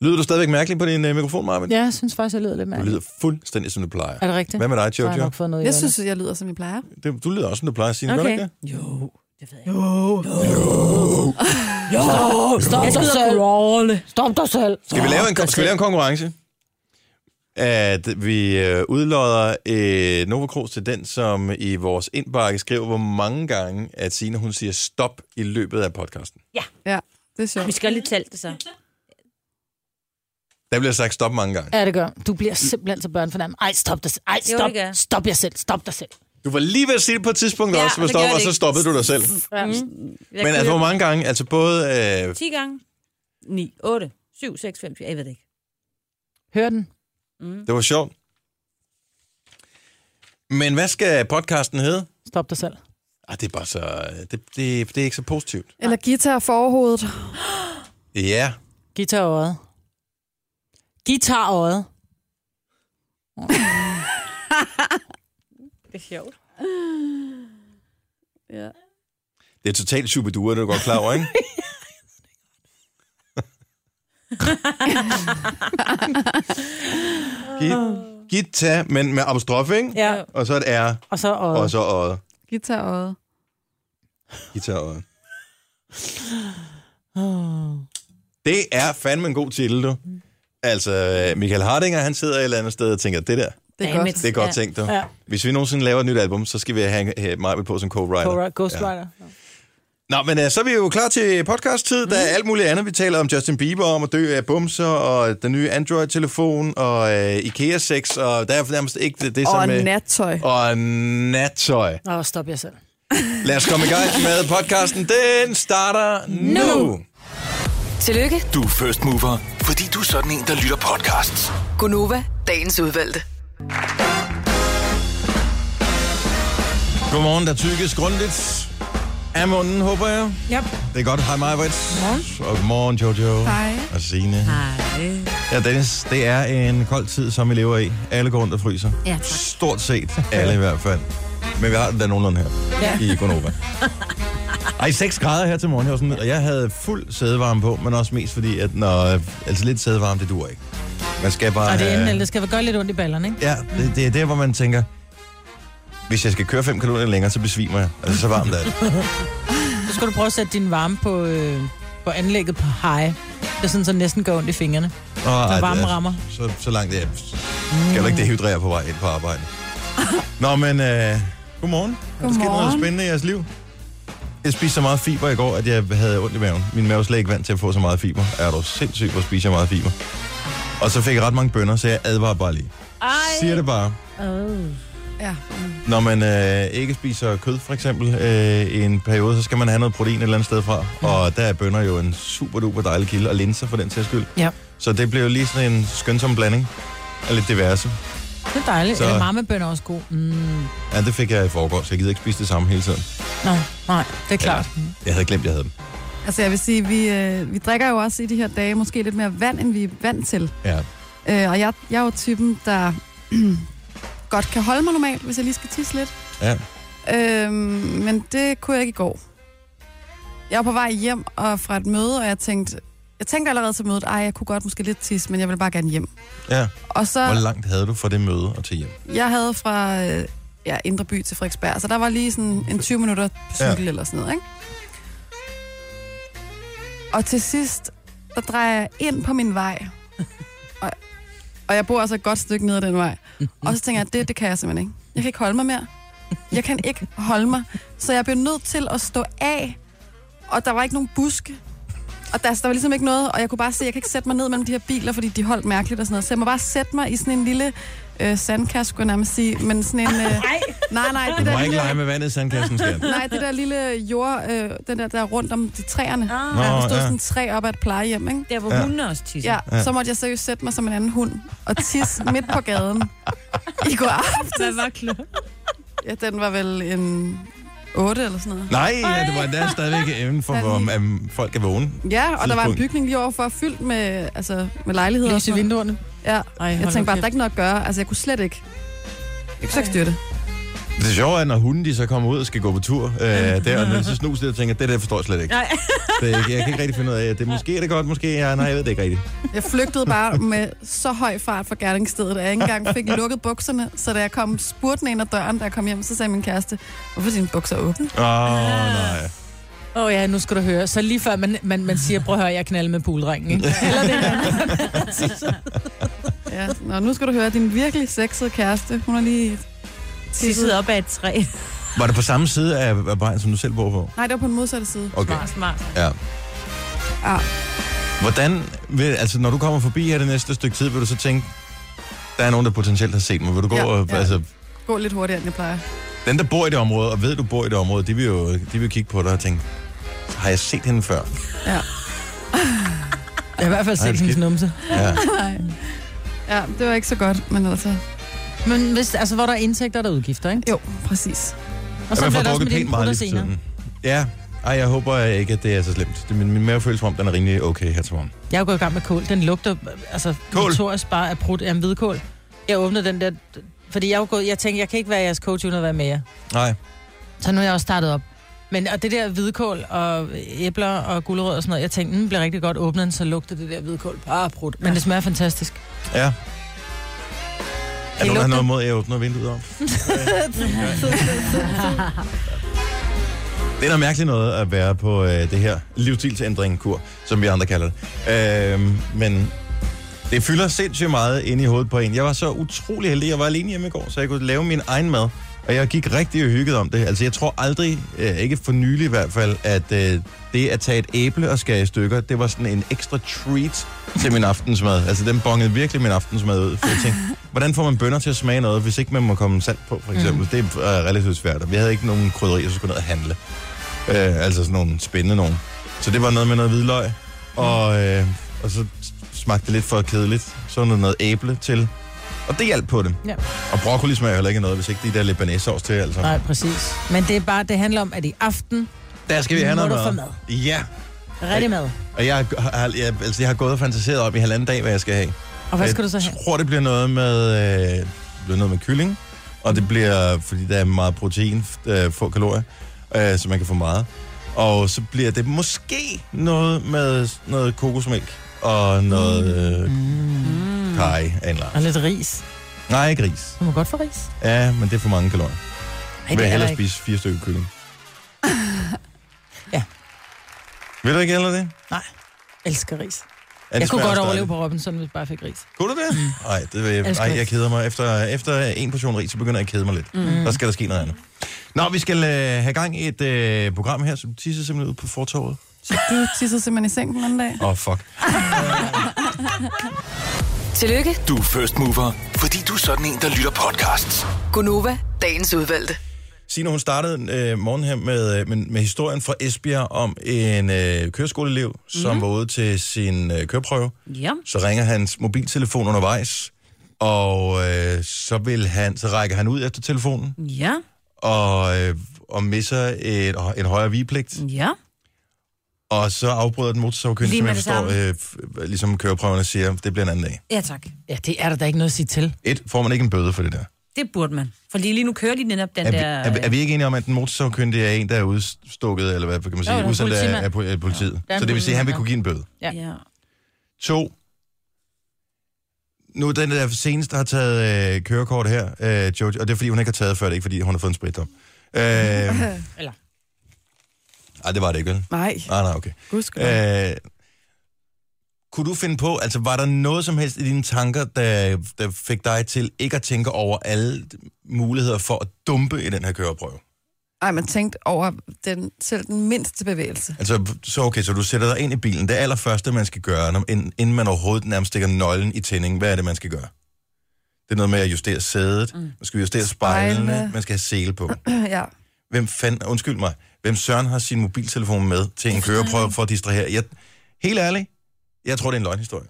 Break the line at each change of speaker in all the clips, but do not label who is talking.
Lyder du stadigvæk mærkelig på din uh, mikrofon, Marvin?
Ja, jeg synes faktisk, jeg lyder lidt
Du
mærkeligt.
lyder fuldstændig, som du plejer.
Er det rigtigt?
Hvad med dig,
Så har jeg
Jojo?
nok fået noget i
Jeg
ørerne.
synes, jeg lyder, som jeg plejer.
Det- Du lyder også, som du plejer, Signe. Okay.
Okay.
Ikke det?
Jo, det ved jeg
Jo.
Jo, stop dig selv. Stop dig selv.
Skal vi, lave en,
Stop
skal vi lave en konkurrence? At vi øh, udlodder øh, Nova Cruz til den, som i vores indbakke skriver, hvor mange gange, at Signe, hun siger stop i løbet af podcasten.
Ja, det er
dig selv. Vi
sjovt.
skal lige tælle det så.
Der bliver sagt stop mange gange.
Ja, det gør. Du bliver simpelthen så børnefornærmet. Ej, stop dig selv. Ej,
Jo,
stop.
det gør jeg.
stop jer selv. Stop dig selv.
Du var lige ved at sige det på et tidspunkt
Ja,
ja, også,
og
og,
det
stop,
gjorde
og
det
så
ikke.
stoppede du dig selv.
Ja.
Mm. Jeg
Men
kunne
altså, hvor
jo-
mange gange? Altså både... Øh,
10 gange? 9, 8, 7, 6, 5, 10, jeg ved det ikke. Mm.
Hør den.
det var sjovt. Men hvad skal podcasten hedde?
Stop dig selv.
Ah, det er bare så... Det, det, det er ikke så positivt.
Eller guitar for overhovedet.
Ja.
Guitarøjet. Guitarøjet.
Det er sjovt.
Ja.
Det er totalt superduer, det er du godt klar over, ikke? Git- Gita, men med apostrof, ikke?
Ja.
Og så et R,
Og så øjet.
og så øjet.
Guitar og
Gita øjet.
Oh.
Det er fandme en god titel, du. Altså, Michael Hardinger, han sidder et eller andet sted og tænker, det der,
Det er
Damn
godt.
it.
det er godt
Ja.
tænkt, du.
Ja.
Hvis vi nogensinde laver et nyt album, så skal vi have, have Marvel på som co-writer.
Cora Ghostwriter. Ja.
Nå, men øh, så er vi jo klar til podcast-tid. Der er alt muligt andet. Vi taler om Justin Bieber, om at dø af bumser, og den nye Android-telefon, og øh, IKEA-sex, og der er nærmest ikke det, det
Og
som... øh,
nattøj.
og nattøj.
Og stop jer selv.
Lad os komme i gang med podcasten. Den starter nu. nu.
Tillykke,
Du er first mover, fordi du er sådan en, der lytter podcasts.
Gunova, dagens udvalgte.
Godmorgen, der tykkes grundigt. Af munden, håber jeg.
Yep.
Det er godt. Hej, Maja Godmorgen. Og godmorgen, Jojo.
Hej.
Og Signe. Ja, Dennis, det er en kold tid, som vi lever i. Alle går rundt og fryser.
Ja, tak.
Stort set alle i hvert fald. Men vi har den der nogenlunde her ja. i Gonova. Ej, 6 grader her til morgen. Jeg, var sådan, og jeg havde fuld sædevarme på, men også mest fordi, at når, altså lidt sædevarme, det duer ikke. Man skal bare
Og det
have-
er inden, det skal gøre lidt ondt i ballerne, ikke?
Ja, det, det er der, hvor man tænker, hvis jeg skal køre 5 km længere, så besvimer jeg. Altså, så varmt er det.
Så skal du prøve at sætte din varme på, øh, på anlægget på high. Det er sådan, så næsten går ondt i fingrene.
Nå, ej, det er-
varmen rammer.
Så, så langt det er. Skal du ikke dehydrere på vej ind på arbejde? Nå, men øh, godmorgen. Er Der sket noget
Godmorgen.
spændende i jeres liv. Jeg spiste så meget fiber i går, at jeg havde ondt i maven. Min mave er slet ikke vant til at få så meget fiber. Er du sindssyg, hvor spiser jeg meget fiber? Og så fik jeg ret mange bønder, så jeg advarer bare lige.
Ej.
Siger det bare.
Ja.
Når man øh, ikke spiser kød, for eksempel, øh, i en periode, så skal man have noget protein et eller andet sted fra. Og der er bønder jo en super duper dejlig kilde, og linser for den sags skyld.
Ja.
Så det blev jo lige sådan en skønsom blanding af lidt diverse.
Det er dejligt.
Så-
Så... Eller marmebønner er også god. Mm.
Ja, det fik jeg i forgårs, så jeg gider ikke spise det samme hele tiden.
Nå, nej, det er klart. Ja.
Jeg havde glemt, jeg havde dem.
Altså, jeg vil sige, vi, øh, vi drikker jo også i de her dage måske lidt mere vand, end vi er vant til.
Ja.
Øh, og jeg, jeg er jo typen, der godt kan holde mig normalt, hvis jeg lige skal tisse lidt.
Ja.
Øh, men det kunne jeg ikke i går. Jeg var på vej hjem og fra et møde, og jeg tænkte, jeg tænkte allerede til mødet, ej, jeg kunne godt måske lidt tisse, men jeg ville bare gerne hjem.
ja.
Og så...
Hvor langt havde du fra det møde og til hjem?
Jeg havde fra øh, ja, Indre By til Frederiksberg, så der var lige sådan en 20 minutter på cykel ja. eller sådan noget, ikke? Og til sidst, der drejer jeg ind på min vej. Og, og jeg bor altså et godt stykke ned ad den vej. Og så tænker jeg, det, det kan jeg simpelthen ikke. Jeg kan ikke holde mig mere. Jeg kan ikke holde mig. Så jeg blev nødt til at stå af, og der var ikke nogen buske. Og der, altså, der var ligesom ikke noget, og jeg kunne bare se, at jeg kan ikke sætte mig ned mellem de her biler, fordi de holdt mærkeligt og sådan noget. Så jeg må bare sætte mig i sådan en lille øh, sandkasse, skulle jeg nærmest sige. Men sådan en... Øh, nej. Nej, nej.
Du
Det der
må ikke
lille,
lege med vandet i sandkassen, skat.
nej, det der lille jord, øh, den der, der er rundt om de træerne. Ah.
Nå,
Ah,
Der stod
ja.
sådan et træ op ad et plejehjem, ikke?
der hvor
Ja.
ja. hunden også tisser.
Ja, så måtte jeg seriøst sætte mig som en anden hund og tisse midt på gaden i går aften.
Hvad var klokken?
Ja, den var vel en 8 eller sådan noget.
Nej, ja, det var der stadigvæk evnen for, hvor um, folk er vågne.
Ja, og der var en
Tidspunkt.
bygning lige overfor, fyldt med, altså, med lejligheder. og
Lys i
sådan noget.
vinduerne.
Ja,
Ej,
jeg tænkte bare, der er ikke noget at gøre. Altså, jeg kunne slet ikke. Jeg kunne slet ikke styre det.
Det sjove er, når hunden de så kommer ud og skal gå på tur, øh, der, og den så snuser det og tænker, det der forstår jeg slet ikke.
Nej.
Det, jeg kan ikke rigtig finde ud af, det måske er det godt, måske er nej, jeg ved det ikke rigtigt.
Jeg flygtede bare med så høj fart fra gerningsstedet, at jeg ikke engang fik lukket bukserne. Så da jeg kom spurten ind ad døren, da jeg kom hjem, så sagde min kæreste, hvorfor er dine bukser åbne?
Åh, oh, nej.
Åh oh, ja, nu skal du høre. Så lige før man, man, man siger, prøv at høre, jeg knalder med poolringen. Ikke? Eller det der.
Ja, Nå, nu skal du høre, at din virkelig sexede kæreste, hun er lige...
Tisset op af et træ.
Var det på samme side af, af vejen, som du selv bor på?
Nej, det var på den modsatte side.
Okay.
Smart, smart.
Ja.
Ja.
Hvordan, vil, altså når du kommer forbi her det næste stykke tid, vil du så tænke, der er nogen, der potentielt har set mig. Vil du gå
Ja,
ja, og,
ja.
ja. altså,
Gå lidt hurtigere, end jeg plejer.
den der bor i det område, og ved du bor i det område, de vil jo de vil kigge på dig og tænke, har jeg set hende før?
Ja.
Jeg har i hvert fald set
Ej, det
hendes
skidt.
numse.
Ja.
Nej. Ja, det var ikke så godt, men altså...
Men hvis, altså, hvor der er indtægter, der er udgifter, ikke?
Jo, præcis.
Og så bliver
Ja, man får
det også
drukket
med dine
pænt meget
prutter
lige for
senere.
tiden. Ja, ej, jeg håber ikke, at det er så slemt. Det, min, min mavefølelse om, den er rimelig okay her til morgen.
Jeg er jo gået i gang med kål. Den lugter altså,
Kål?
notorisk bare af prut. Jamen, hvidkål. Jeg åbnede den der... Fordi jeg, er jo gået, jeg tænkte, jeg kan ikke være jeres coach uden at være med jer.
Nej,
Så nu er jeg også startet op. Men og det der hvidkål og æbler og gulerødder og sådan noget, jeg tænkte, den bliver rigtig godt åbnet, så lugter det der hvidkål bare prut. Men det smager fantastisk.
ja. Er nogen,
lugter.
der har noget imod, at jeg åbner vinduet op? Det er noget mærkeligt noget at være på øh, det her livsstilsændring-kur, som vi andre kalder det. Øh, men det fylder sindssygt meget inde i hovedet på en. Jeg var så utrolig heldig, jeg var alene hjemme i går, så jeg kunne lave min egen mad. Og jeg gik rigtig og hygget om det. Altså, jeg tror aldrig, øh, ikke for nylig i hvert fald, at øh, det at tage et æble og skære i stykker, det var sådan en ekstra treat til min aftensmad. Altså, den bongede virkelig min aftensmad ud. For jeg tænkte, hvordan får man bønner til at smage noget, hvis ikke man må komme salt på, for eksempel? Mm. Det er øh, relativt svært. Og vi havde ikke nogen krydderier, så skulle ned og handle. Øh, altså sådan nogle spændende nogen. Så det var noget med noget hvidløg, og, øh, og så smagte det lidt for kedeligt. Så var der noget æble til, og det hjalp på det.
Ja.
Og broccoli smager heller ikke af noget, hvis ikke de der libanæssovs til, altså.
Nej, præcis. Men det er bare, det handler om, at i aften,
Der skal vi have
Nu må
noget
du
mad.
få
Ja,
rigtig mad.
og jeg har, jeg, altså, jeg har gået og fantaseret op i halvanden dag, hvad jeg skal have.
Og hvad
Jeg
skal du så have?
tror, det bliver noget med, øh, bliver noget med kylling, og det bliver, fordi der er meget protein, øh, få kalorier, øh, så man kan få meget. Og så bliver det måske noget med noget kokosmælk og noget øh,
Mm.
kaj af en eller
Og
anden.
lidt ris.
Nej, ikke ris.
Du må godt få ris.
Ja, men det er for mange kalorier.
Ej,
Jeg vil
det er der
hellere
ikke.
spise fire stykker kylling.
Ja.
Vil du ikke hellere det?
Nej, elsker ris.
Ja, det
jeg kunne
smager
godt
også
overleve
dejligt.
på Robinson, hvis bare jeg fik ris.
Kunne du det? Nej, det vil jeg,
Elsker
ej, jeg
ris.
keder mig. Efter, efter en portion ris, så begynder jeg at kede mig lidt. Mm. Så skal der ske noget andet. Nå, vi skal øh, have gang i et øh, program her, som tisser simpelthen ud på fortorvet.
Så du tissede simpelthen i sengen den anden dag?
Åh, oh, fuck.
Tillykke,
Du er first mover, fordi du er sådan en, der lytter podcasts.
Gunova, dagens udvalgte.
Signe, hun startede øh, morgen her med, øh, med, med historien fra Esbjerg om en øh, køreskoleelev, som
Mhm.
var ude til sin øh, køreprøve.
Ja.
Så ringer hans mobiltelefon undervejs, og øh, så, vil han, så rækker han ud efter telefonen
Ja.
og, øh, og misser et, en højere vigepligt.
Ja.
Og så afbryder den motorsavkyndige,
Lige
som
med
jeg
det
forstår, øh, f- ligesom køreprøverne siger, det bliver en anden dag.
Ja, tak.
Ja, det er der da ikke noget at sige til.
Et, får man ikke en bøde for det der?
Det burde man. For lige, lige nu kører de netop den
Er, vi,
der...
er, vi- er vi ikke enige om, at den motorsavkyndige er en, der er udstukket, eller hvad kan man
der er
sige,
en
udsendt af,
politimand.
af, po- af politiet?
er
Ja,
en
så det vil sige, at han vil
politimand,
kunne give
Ja.
en bøde.
øh, Ja.
To, nu er den der seneste, der har taget øh, kørekort her, øh, Jojo, og det er fordi, hun ikke har taget før, det er ikke fordi, hun har fået en spritdom. Øh,
Eller?
Ej, det var det ikke, vel? Ah,
Nej,
Nej, nej, okay.
gudskelov.
Øh, kunne du finde på, altså var der noget som helst i dine tanker, der, der fik dig til ikke at tænke over alle muligheder for at dumpe i den her køreprøve?
Ej, man tænkte over den, selv den mindste bevægelse.
Altså, så okay, så du sætter dig ind i bilen. Det allerførste, man skal gøre, når, inden, inden man overhovedet nærmest stikker nøglen i tændingen, hvad er det, man skal gøre? Det er noget med at justere sædet, mm. man skal justere spejlene,
Spejlene.
man skal have sele på.
ja.
Hvem fanden, undskyld mig, hvem søren har sin mobiltelefon med til en køreprøve for at distrahere? Jeg, helt ærligt, jeg tror, det er en løgnhistorie.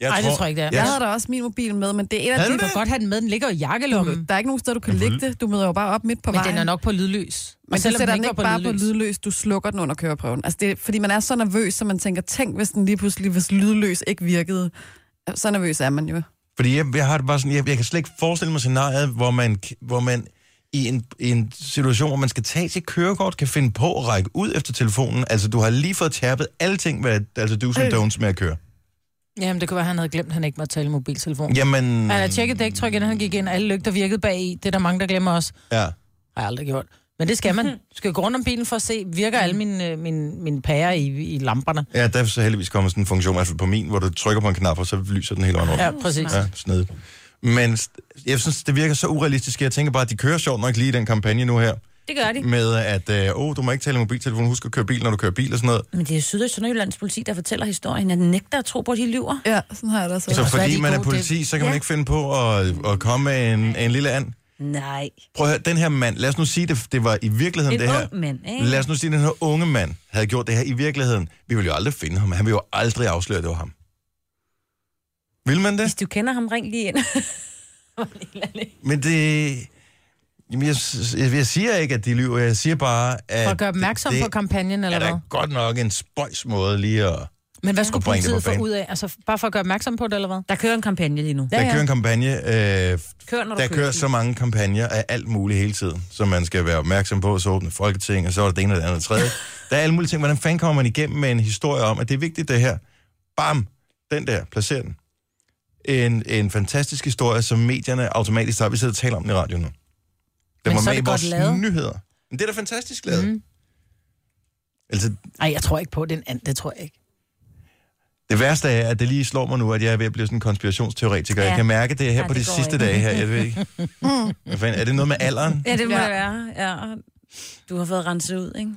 Jeg
Ej, det tror jeg ikke, det er.
Jeg,
Jeg havde da også min mobil med, men det er et af
Havde
Du
de...
kan godt have den med, den ligger i jakkelommen.
Der er ikke nogen steder, du kan
Men på
lægge det. Du møder jo bare op midt på
Mhm. Men
vejen.
den er nok på lydløs.
Men så sætter den
var
ikke bare på lydløs, du slukker den under køreprøven. Altså det, er- fordi man er så nervøs, så man tænker, tænk hvis den lige pludselig, hvis lydløs ikke virkede. Så nervøs er man jo.
Fordi jeg, jeg har det bare sådan, jeg, jeg kan slet ikke forestille mig scenariet, hvor man, k- hvor man i en, i en situation, hvor man skal tage sit kørekort, kan finde på at række ud efter telefonen. Altså, du har lige fået tærpet alle ting, hvad altså do's and don'ts med at køre.
Jamen, det kunne være, han havde glemt, at han ikke måtte tale i mobiltelefon.
Jamen,
Han har tjekket dæktryk, inden han gik ind. Alle lygter virkede bag i. Det er der mange, der glemmer også.
ja.
Har jeg aldrig gjort. Men det skal man. Du skal gå rundt om bilen for at se, virker alle mine, øh, mine, mine pærer i, i lamperne.
ja, der er så heldigvis kommet sådan en funktion, i hvert fald på min, hvor du trykker på en knap, og så lyser den hele vejen rundt.
Ja, præcis.
Ja, snedigt. Men st- jeg synes, det virker så urealistisk. Jeg tænker bare, at de kører sjovt nok lige i den kampagne nu her.
Det gør de.
Med at, øh, oh, du må ikke tale i mobiltelefonen, husk at køre bil, når du kører bil og sådan noget.
Men det er Syd- og Sønderjyllands politi, der fortæller historien, at nægter at tro på, at de lyver.
Ja, sådan har jeg det altså. også.
Så
været.
så er
fordi
de
man er
gode,
politi, så kan man
Ja.
ikke finde på at, at komme med en, en lille and.
Nej.
Prøv at høre, den her mand, lad os nu sige, det, det var i virkeligheden
En
det her.
ung mand, ikke?
Lad os nu sige, at den her unge mand havde gjort det her i virkeligheden. Vi ville jo aldrig finde ham. Han ville jo aldrig afsløre, at det var ham. Vil man det?
Hvis du kender ham, ring lige ind.
Men det... Jamen, jeg, jeg, jeg siger ikke, at de lyver. Jeg siger bare, at...
For at gøre opmærksom
det,
på kampagnen, eller
er
hvad?
da godt nok en spøjs måde lige at...
Men hvad skulle
bringe det på
politiet få
banen.
ud af? Altså, bare for at gøre opmærksom på det, eller hvad?
Der kører en kampagne lige nu.
Ja, ja. Der kører en kampagne. Øh,
Kør, når du
der kører så mange kampagner af alt muligt hele tiden, som man skal være opmærksom på. Så åbne Folketing, og så er der det ene og det andet og det tredje. der er alle mulige ting. Hvordan fanden kommer man igennem med en historie om, at det er vigtigt det her? Bam! Den der. Placer den. En, en fantastisk historie, som medierne automatisk tager. Vi sidder og taler om den i radioen nu. Den
Men
var
så er
med i
det godt
vores
lavet.
nyheder. Men det er da fantastisk lavet. Mm. Altså,
Nej, jeg tror ikke på den anden. Det tror jeg ikke.
Det værste er, at det lige slår mig nu, at jeg er ved at blive sådan en konspirationsteoretiker. Ja.
Ja.
Jeg kan mærke det her ja,
Ja,
på de
det går
sidste
ikke.
dage her. Jeg ved ikke. Hvad fanden, er det noget med alderen?
Ja, det må
Ja.
det være. Ja. Du har fået renset ud, ikke?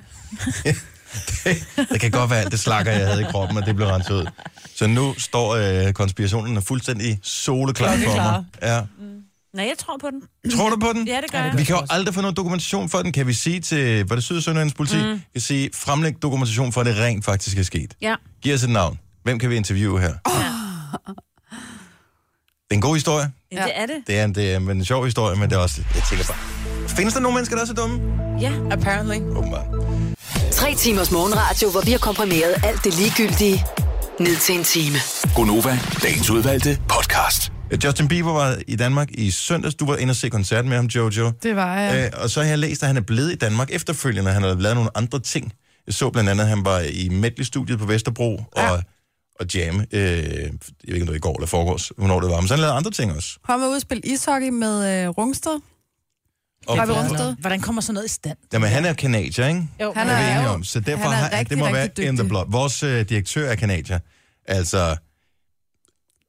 det kan godt være alt det slakker, jeg havde i kroppen, og det blev renset ud. Så nu står øh, konspirationen er fuldstændig soleklar for mig. Ja.
Nej, jeg tror på den.
Tror du på den?
Ja, det gør jeg.
Vi kan jo aldrig få noget dokumentation for den. Kan vi sige til, var det Syd- og Sønderjyllands politi? Mm. Kan sige, fremlæg dokumentation for, at det rent faktisk er sket.
Ja.
Giv os et navn. Hvem kan vi interviewe her? Oh. Det er en god historie.
ja, det er det.
Det er, en, det er en, en sjov historie, men det er også... Jeg tænker bare... Findes der nogle mennesker, der er så dumme?
Ja.
Apparently.
Åbenbart.
Tre timers morgenradio, hvor vi har komprimeret alt det ligegyldige ned til en time.
Gonova, dagens udvalgte podcast.
Justin Bieber var i Danmark i søndags. Du var inde og se koncert med ham, Jojo.
Det var jeg.
Øh, og så har jeg læst, at han er blevet i Danmark efterfølgende. Han har lavet nogle andre ting. Jeg så blandt andet, at han var i Medley-studiet på Vesterbro ja. og, og jamme. Øh, jeg ved ikke, om det var i går eller foregårs, hvornår det var. Men så har han lavede andre ting også.
Kom og udspille ishockey med øh, Rungsted.
Og,
Barbie Rungsted.
Hvordan kommer sådan noget i stand?
Jamen, han er kanadier, ikke?
Jo, han
Han
Det
er...
er vi
er
enige
jo-
om. Så derfor
han er
har,
rigtig,
det må være
rigtig
in the
dygtig.
blood. Vores øh, direktør er kanadier. Altså,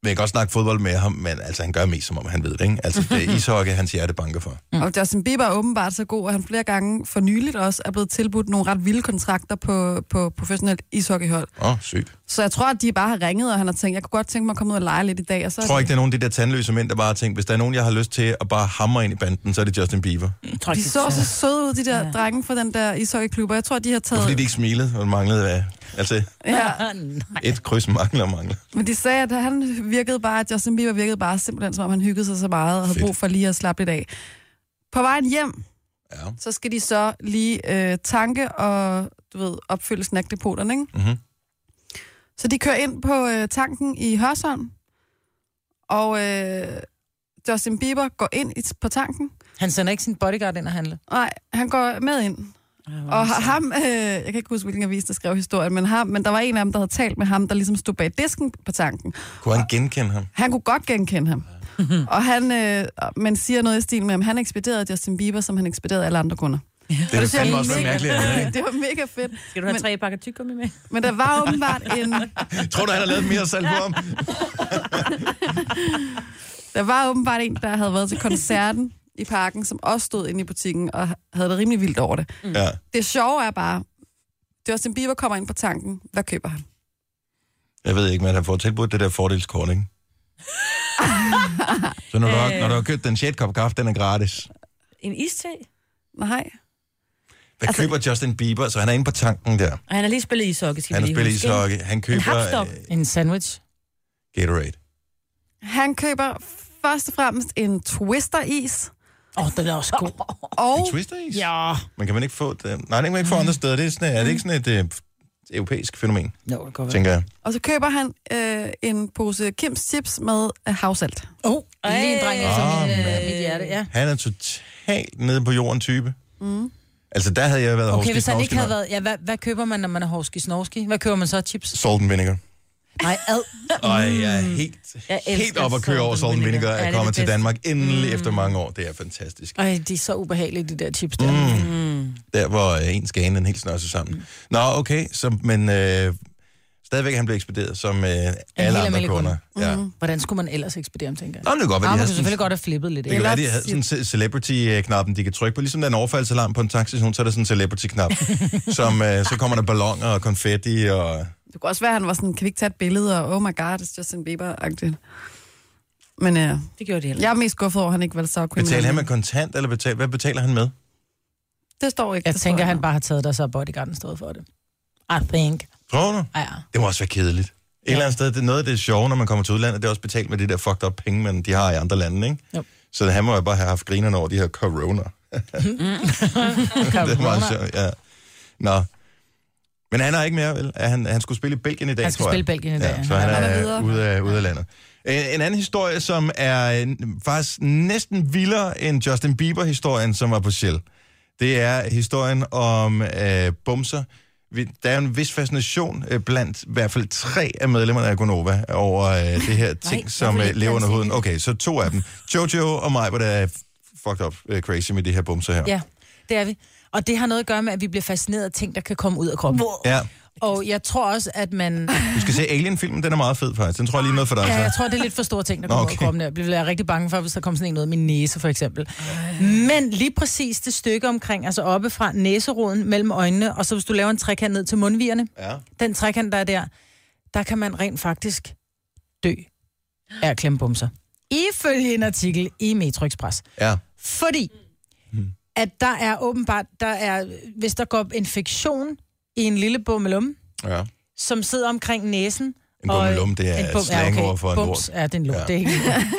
vil jeg godt snakke fodbold med ham, men altså, han gør mest, som om han ved det, ikke? Altså, det er ishockey, hans hjerte banker for.
Mm. Og Justin Bieber er åbenbart så god, at han flere gange for nyligt også er blevet tilbudt nogle ret vilde kontrakter på, på professionelt ishockeyhold.
Åh, oh, sygt.
Så jeg tror, at de bare har ringet, og han har tænkt, jeg kunne godt tænke mig at komme ud og lege lidt i dag. Og så
Jeg tror ikke, det er nogen af de der tandløse mænd, der bare har tænkt, hvis der er nogen, jeg har lyst til at bare hamre ind i banden, så er det Justin Bieber. Det
Jeg tror
de
ikke,
så så søde ud, de der ja. drenge fra den der ishockeyklub, og jeg tror, de har
var
taget...
fordi, de ikke smilede, og manglede af. Altså,
Ja,
Ah,
et kryds mangler og mangler.
men de sagde, at han virkede bare, at Justin Bieber virkede bare simpelthen, som om han hyggede sig så meget, og havde
Fedt.
brug for lige at slappe lidt af. På vejen hjem,
Ja.
så skal de så lige øh, tanke og du ved, opfylde snackdepoterne, ikke?
Mhm.
Så de kører ind på øh, tanken i Hørsholm, og øh, Justin Bieber går ind i, på tanken.
han sender ikke sin bodyguard ind og handle.
Nej, han går med ind. Og ha- ham, øh, jeg kan ikke huske, hvilken avis, der skrev historien, men, ham, men der var en af dem, der havde talt med ham, der ligesom stod bag disken på tanken.
Kunne han genkende ham?
Han kunne godt genkende ham. og han, øh, man siger noget i stil med, at han ekspederede Justin Bieber, som han ekspederede alle andre kunder.
Det er da fandme også være mærkeligt. at have,
det var mega fedt.
Skal du have tre pakker tyggegummi med?
Men der var åbenbart en,
ikke? Tror du, han har lavet mere salg på ham?
der var åbenbart en, der havde været til koncerten i parken, som også stod inde i butikken og havde det rimelig vildt over det.
Ja.
Det sjove er bare, Justin Bieber kommer ind på tanken. Hvad køber han?
Jeg ved ikke, men han får tilbudt det der fordelskort, ikke? så når du, har,
Øh.
når du har købt den sjette kop kaffe, den er gratis.
En iste?
Nej.
Hvad altså, køber Justin Bieber? Så han er inde på tanken der.
Og han har lige spillet ishockey, skal
Han
vi
har
lige
spillet
huske,
ishockey. Han
ikke? En
køber
hapstok.
øh,
En sandwich.
Gatorade.
Han køber først og fremmest en Twister-is,
Åh, oh, den er også god.
og
En twister is? Ja. Men kan man ikke få det? Nej, det kan man ikke få andre steder. Det er, sådan, er det ikke sådan et øh, europæisk fænomen,
Jo, det går godt.
tænker jeg.
Og så køber han øh, en pose Kims chips med øh, havsalt.
Åh, oh, lige en dreng
Ej.
efter
Ah,
mit,
mand.
øh, mit hjerte, ja.
Han er totalt nede på jorden type. Mm. Altså, der havde jeg været
Okay,
hovski-
hvis han ikke
hovski-
havde været... Ja, hvad, hvad køber man, når man er hovski-snovski? Hvad køber man så? Chips?
Salt and vinegar.
Nej, ad.
Og jeg er helt,
Jeg elsker
helt op at køre
salt
over
and
salt and
vinegar.
vinegar,
Ja, det
er
er
kommet
det
til
bedste.
Danmark endelig efter mange år. Det er fantastisk.
Ej, de er så ubehagelige, de der chips der. Mm.
Der, hvor øh, en skane den helt snør sig sammen. Nå, okay, så, men øh, stadigvæk han blev ekspederet som øh, alle andre
almindelig
kunder. Ja. Mm.
Hvordan skulle man ellers ekspedere, tænker jeg?
Nå, men det kan godt være,
Ah,
de
man kunne
havde
selvfølgelig
sådan,
godt have flippet lidt.
det kan
ikke?
være, de havde sådan en celebrity-knappen, de kan trykke på. Ligesom der er en overfaldsalarm på en taxistation, så er der sådan en celebrity-knap. som, øh, så kommer der balloner og konfetti og...
Det kunne også være, at han var sådan, kan vi ikke tage et billede, og oh my god, it's Justin Bieber-agtigt. Men øh,
Det gjorde de heller.
jeg er mest skuffet over, at han ikke valgte så at kunne
Betaler han med kontant, eller betal, hvad betaler han med?
Det står ikke.
Jeg
det
tænker,
står
han
ikke.
bare har taget dig så bodyguarden stedet for det. I think.
Prøver du?
Ja.
Det må også være kedeligt. Et ja. eller andet sted, det er noget af det sjove, når man kommer til udlandet, det er også betalt med de der fucked up penge, men de har i andre lande, ikke?
Jo.
Så han må jo bare have haft grinerne over de her corona. Det er meget sjovt, ja. Nå. Men han er ikke mere, vel? Er Han, han skulle spille i Belgien i dag,
Han skal
tror jeg.
spille Belgien i dag,
Ja,
ja.
så han
Han er
er
videre.
ude af, ude af landet. En, en anden historie, som er øh, faktisk næsten vildere end Justin Bieber-historien, som var på Shell, det er historien om øh, bumser. Vi, der er en vis fascination øh, blandt i hvert fald tre af medlemmerne af Gonova over øh, det her ting,
jeg
som
vil
øh,
ikke
lever
gerne
under
se
huden.
det.
Okay, så to af dem. Jojo og mig, hvor der er fucked up øh, crazy med de her bumser her.
Ja, det er vi. Og det har noget at gøre med, at vi bliver fascineret af ting, der kan komme ud af kroppen. Hvor?
ja.
Og jeg tror også, at man...
Du skal se Alien-filmen, den er meget fed faktisk. Den tror jeg lige er noget for dig.
Ja, jeg
så.
tror, det er lidt for store ting, der kommer
Altså-
okay. ud af
Okay.
kroppen der. Jeg bliver rigtig bange for, hvis der kommer sådan en ud af min næse, for eksempel. Men lige præcis det stykke omkring, altså oppe fra næseroden mellem øjnene, og så hvis du laver en trekant ned til mundvigerne,
Ja.
den trekant, der er der, der kan man rent faktisk dø af at klemme bumser. Ifølge en artikel i Metro Express.
ja.
Fordi at der er åbenbart, der er, hvis der går infektion i en lille bummelum,
ja.
som sidder omkring næsen.
En
og-
bummelum, det er
en
et slangord for en
Bums, ja, det er en lort.
Ja.
Ja. Det er ikke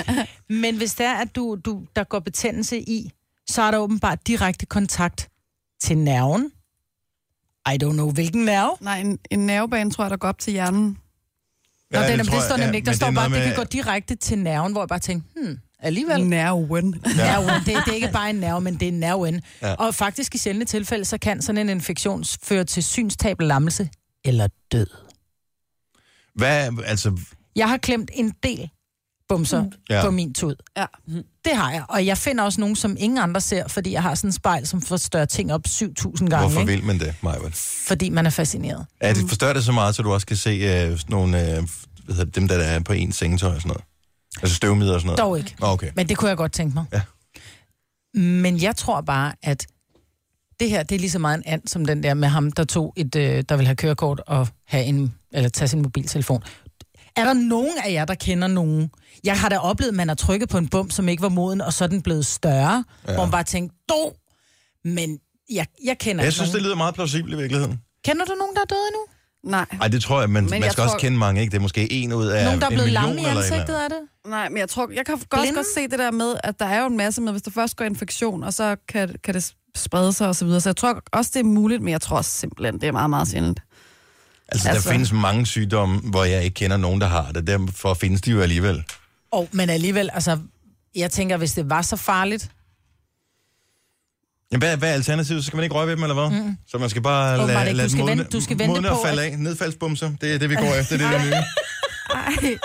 en lort. Men hvis der er, at du, du, der går betændelse i, så er der åbenbart direkte kontakt til nerven. I don't know, hvilken nerve.
Nej, en, en nervebane tror jeg, der går op til hjernen.
Nå, ja,
det
det, det,
tror
det
jeg,
står
ja,
nemlig ikke. Der
men
står
det er
bare, at
noget
det kan gå
med- Mm.
direkte til nerven, hvor jeg bare tænkte, hmm, alligevel.
Nerven.
Ja. Nerven. Det, det er ikke bare en nerve, men det er en nerven.
Ja.
Ja. Og faktisk i sjældne tilfælde, så kan sådan en infektion føre til synstab, lammelse eller død.
Hvad, altså,
Jeg har klemt en del bumser
Mm. Ja.
ja. på min tud.
Ja.
Det har jeg, og jeg finder også nogen, som ingen andre ser, fordi jeg har sådan en spejl, som får større ting op 7.000 gange,
hvorfor
ikke?
vil man det, Maja?
fordi man er fascineret.
Ja, det forstørrer det så meget, så du også kan se øh, sådan nogle, øh, hvad hedder det, dem, der er på ens sengetøj og sådan noget. Altså støvmider og sådan noget.
Dog ikke.
Nå, Okay.
Men det kunne jeg godt tænke mig.
Ja.
Men jeg tror bare, at det her, det er lige så meget en and, som den der med ham, der tog et, øh, der vil have kørekort og have en, eller tage sin mobiltelefon. Er der nogen af jer, der kender nogen? Jeg har da oplevet, at man har trykket på en bum, som ikke var moden, og så er den blevet større, ja. hvor man bare tænkte, do! Men jeg, jeg kender
Jeg
ikke
synes, det
nogen.
lyder meget plausibelt i virkeligheden.
Kender du nogen, der er døde endnu?
Nej.
Nej, det tror jeg, men,
Men
man
jeg
skal også
tror-
kende mange, ikke? Det er måske en ud af
Nogen, der er
en
blevet
million
lamme i
eller et
ansigtet
eller
af det?
Nej, men jeg tror, jeg kan godt,
Blinde?
godt se det der med, at der er jo en masse med, hvis der først går infektion, og så kan, kan det sprede sig og så videre. Så jeg tror også, det er muligt, men jeg tror også simpelthen, det er meget, meget sjældent.
Altså, der
Altså.
findes mange sygdomme, hvor jeg ikke kender nogen, der har det. Derfor findes de jo alligevel.
Og, men alligevel, altså, jeg tænker, hvis det var så farligt,
Jamen, hvad, hvad er alternativet? Så skal man ikke røre ved dem, eller hvad? Mm. Så man skal bare
Åbenbart
lade,
ikke. Du
lade
skal
modne,
vente- du skal vente
modne
på,
og falde af. Nedfaldsbumser, det er det, vi går efter. Det er det nye.
Ej.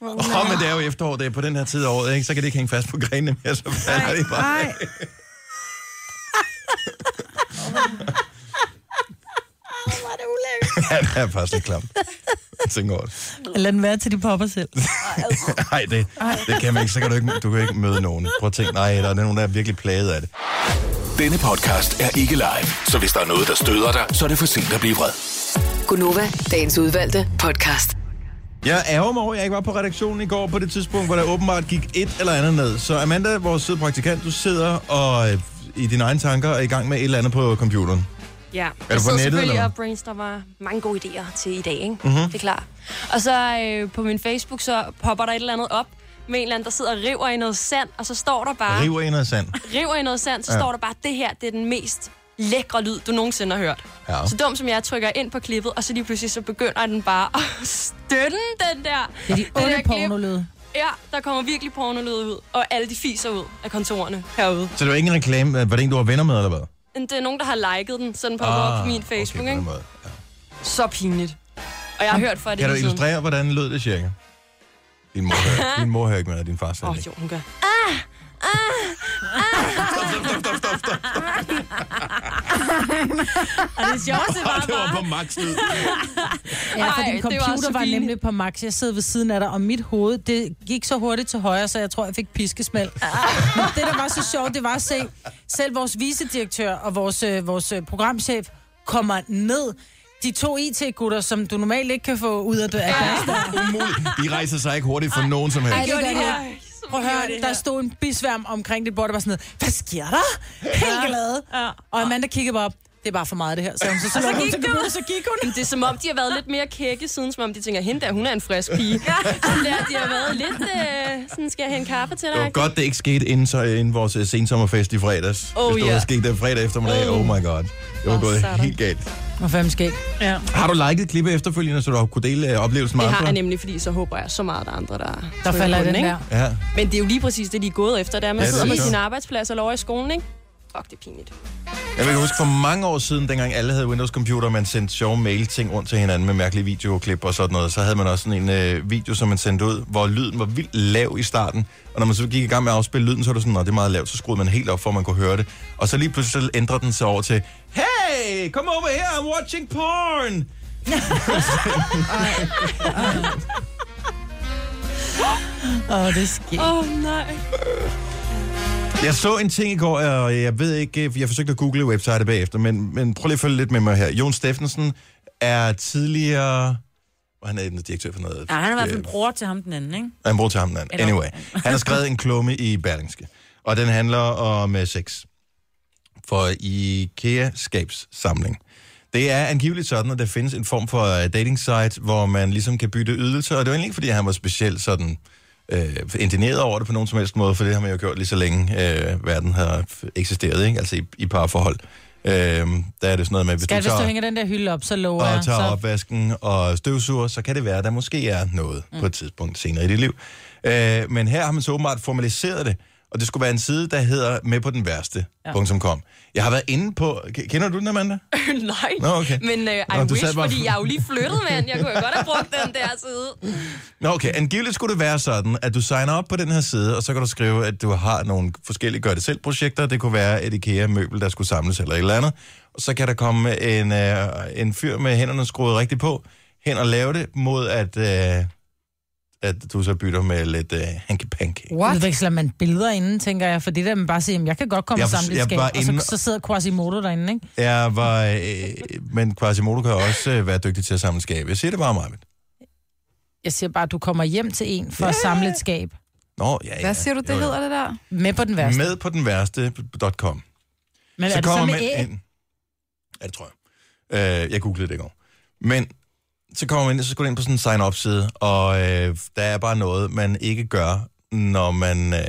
Åh, oh, men det er jo efterår, det er på den her tid af året, ikke? Så kan det ikke hænge fast på grenene mere, så falder de bare.
Nej.
Ja, det er faktisk lidt klamt. Jeg tænker over det.
lad den være til de popper selv.
Altså.
Nej, det, det kan man ikke. Så kan du ikke, du kan ikke møde nogen. Prøv at tænke, nej, der er nogen, der er virkelig plaget af det.
Denne podcast er ikke live, så hvis der er noget, der støder dig, så er det for sent at blive vred.
Gunova, dagens udvalgte podcast.
Jeg ærger mig over, at jeg ikke var på redaktionen i går på det tidspunkt, hvor der åbenbart gik et eller andet ned. Så Amanda, vores søde praktikant, du sidder og øh, i dine egne tanker er i gang med et eller andet på computeren.
Ja,
på
jeg sidder
nettet, eller Mhm.
selvfølgelig
hvad?
og brainstormer mange gode idéer til i dag, ikke? Mm-hmm. Det er klart. Og så øh, på min Facebook, så popper der et eller andet op med en eller anden, der sidder og river i noget sand, og så står der bare,
River en af sand.
river i noget sand, så
Ja.
ja. står der bare, det her, det er den mest lækre lyd, du nogensinde har hørt.
Ja.
Så dum som jeg er, trykker jeg ind på klippet, og så lige pludselig så begynder den bare at stønne den der.
Det er de onde
der klip.
pornoløde.
Ja, der kommer virkelig pornolyd ud, og alle de fiser ud af kontorerne herude.
Så det var ikke en reklame, øh, var det en, du var venner med, eller hvad?
Men Det er nogen, der har liket den, sådan på, ah, på min Facebook,
okay, på den
ikke?
måde. Ja.
Så pinligt. Og jeg har hørt for det
Kan du
hele tiden.
illustrere, hvordan lød det cirka? Din mor hører, din mor hører ikke med, og din far sagde oh,
Åh, oh, jo, hun gør.
Og det sjoveste var
Det var
bare...
på max lyd.
Ja, for
Ej,
Altså, din
det var
computer
så
var, var
pinligt.
nemlig på max. Jeg sidder ved siden af dig, og mit hoved, det gik så hurtigt til højre, så jeg tror, jeg fik piskesmæld.
Ah.
Men det, der var så sjovt, det var at se, selv vores vicedirektør og vores, øh, vores øh, programchef kommer ned. De to IT-gutter, som du normalt ikke kan få ud af det. af deres-
Umuligt. De rejser sig ikke hurtigt for nogen som helst.
Ej, det gør de ikke.
Ej, så
Prøv at
gjorde
høre,
det
der
her.
stod en bisværm omkring det bord, der var sådan noget, hvad sker der? Helt glad.
Ja.
Og Amanda kiggede bare op, det er bare for meget det her. Så, hun, så, så,
gik
så,
du.
så, så gik hun.
Men det er som om, de har været lidt mere kække siden, som om de tænker, hende der, hun er en frisk pige. Sådan der, de har været lidt, øh, sådan skal jeg hente kaffe til
Det var
dig.
godt, det ikke skete inden, så, inden vores øh, sensommerfest i fredags.
Oh,
Hvis det
ja.
var sket der fredag eftermiddag, oh, my god. Det var
Åh,
gået
sådan.
helt galt.
Hvor fanden skete?
Ja.
Har du liket klippet efterfølgende, så du har kunne dele øh, oplevelsen med
Det har
andre?
jeg nemlig, fordi så håber jeg så meget, at der er andre, der...
Der falder
på
den
ikke?
der.
Ja.
Men det er jo lige præcis det, de er gået efter, da man
Ja,
ja,
det
sidder
er
på
det.
sin arbejdsplads eller over i skolen, ikke? Fuck, det er pinligt.
Jeg kan huske for mange år siden, dengang alle havde Windows-computer, og man sendte sjove mail-ting rundt til hinanden med mærkelige videoklip og sådan noget. Så havde man også sådan en øh, video, som man sendte ud, hvor lyden var vildt lav i starten. Og når man så gik i gang med at afspille lyden, så var det sådan, "Nå, det er meget lavt. Så skruede man helt op, for at man kunne høre det. Og så lige pludselig så ændrede den sig over til, Hey, come over here, I'm watching porn!
Åh, det skete.
Åh, oh, nej.
Jeg så en ting i går, og jeg ved ikke, jeg forsøgte at google websitet bagefter, men, men prøv lige at følge lidt med mig her. Jon Steffensen er tidligere... Han er direktør for noget...
Ja, han er i hvert fald
øh,
bror til ham den anden, ikke?
Han bruger til ham den anden.
Eller-
Anyway, han har skrevet en klumme i Berlingske, og den handler om øh, sex. For IKEA-skabssamling. Det er angiveligt sådan, at der findes en form for øh, dating site, hvor man ligesom kan bytte ydelser, og det var egentlig ikke, fordi han var specielt sådan øh, indineret over det på nogen som helst måde, for det har man jo gjort lige så længe øh, verden har eksisteret, ikke? altså i, i parforhold. Øh, der er det sådan noget med, hvis
Skat,
du
hvis
tager
du hænger den der hylde op, så lover jeg.
og tager
Så
opvasken og støvsuger, så kan det være, at der måske er noget mm. på et tidspunkt senere i dit liv. Øh, men her har man så åbenbart formaliseret det, og det skulle være en side, der hedder med på den værste. Ja. .com. Jeg har været inde på... K- Kender du den, Amanda?
nej.
Nå, okay.
Men uh, I
Nå, du sad
wish,
bare-
fordi jeg er jo lige flyttet, mand. Jeg kunne jo godt have brugt den der side.
Nå, okay. Angiveligt skulle det være sådan, at du signer op på den her side, og så kan du skrive, at du har nogle forskellige gør-det-selv-projekter. Det kunne være et IKEA-møbel, der skulle samles eller et eller andet. Og så kan der komme en, øh, en fyr med hænderne skruet rigtigt på, hen og lave det, mod at, øh, at du så bytter med lidt øh, hanky-panky.
What?
udveksler man billeder inden, tænker jeg. For det der, man bare siger, "Jamen, jeg kan godt komme
Jeg
jeg, sammen i
jeg
et skab,
var
og så,
inde-
så sidder Quasimodo derinde, ikke?
Jeg var... Øh, men Quasimodo kan også øh, være dygtig til at samle skab. Jeg siger det bare, meget.
Jeg siger bare, du kommer hjem til en for at samle et skab.
Nå, ja, ja.
Hvad siger du, det
Jo, jo.
hedder det der?
Med på den værste.
Med på den værste.com.
Men
så
er det så
kommer
med
man
æg?
ind. Ja, det tror jeg. Øh, jeg googlede det i går. Men så kommer man ind, og så skal du ind på sådan en sign-up-side, og øh, der er bare noget, man ikke gør, når man øh,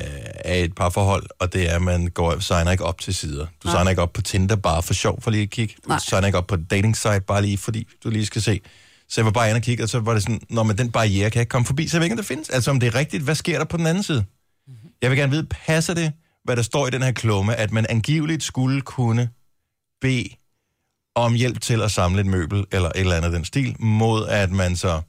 er i et parforhold, og det er, at man går, signer ikke op til sider. Du signer ikke op på Tinder bare for sjov, for lige at kigge. Du
Nej.
signer ikke op på et dating-site bare lige, fordi du lige skal se. Så jeg var bare inde og kigge, og så var det sådan, når man den barriere kan jeg ikke komme forbi, så jeg ved ikke, om det findes. Altså om det er rigtigt, hvad sker der på den anden side? Jeg vil gerne vide, passer det, hvad der står i den her klumme, at man angiveligt skulle kunne bede om hjælp til at samle et møbel eller et eller andet af den stil, mod at man så...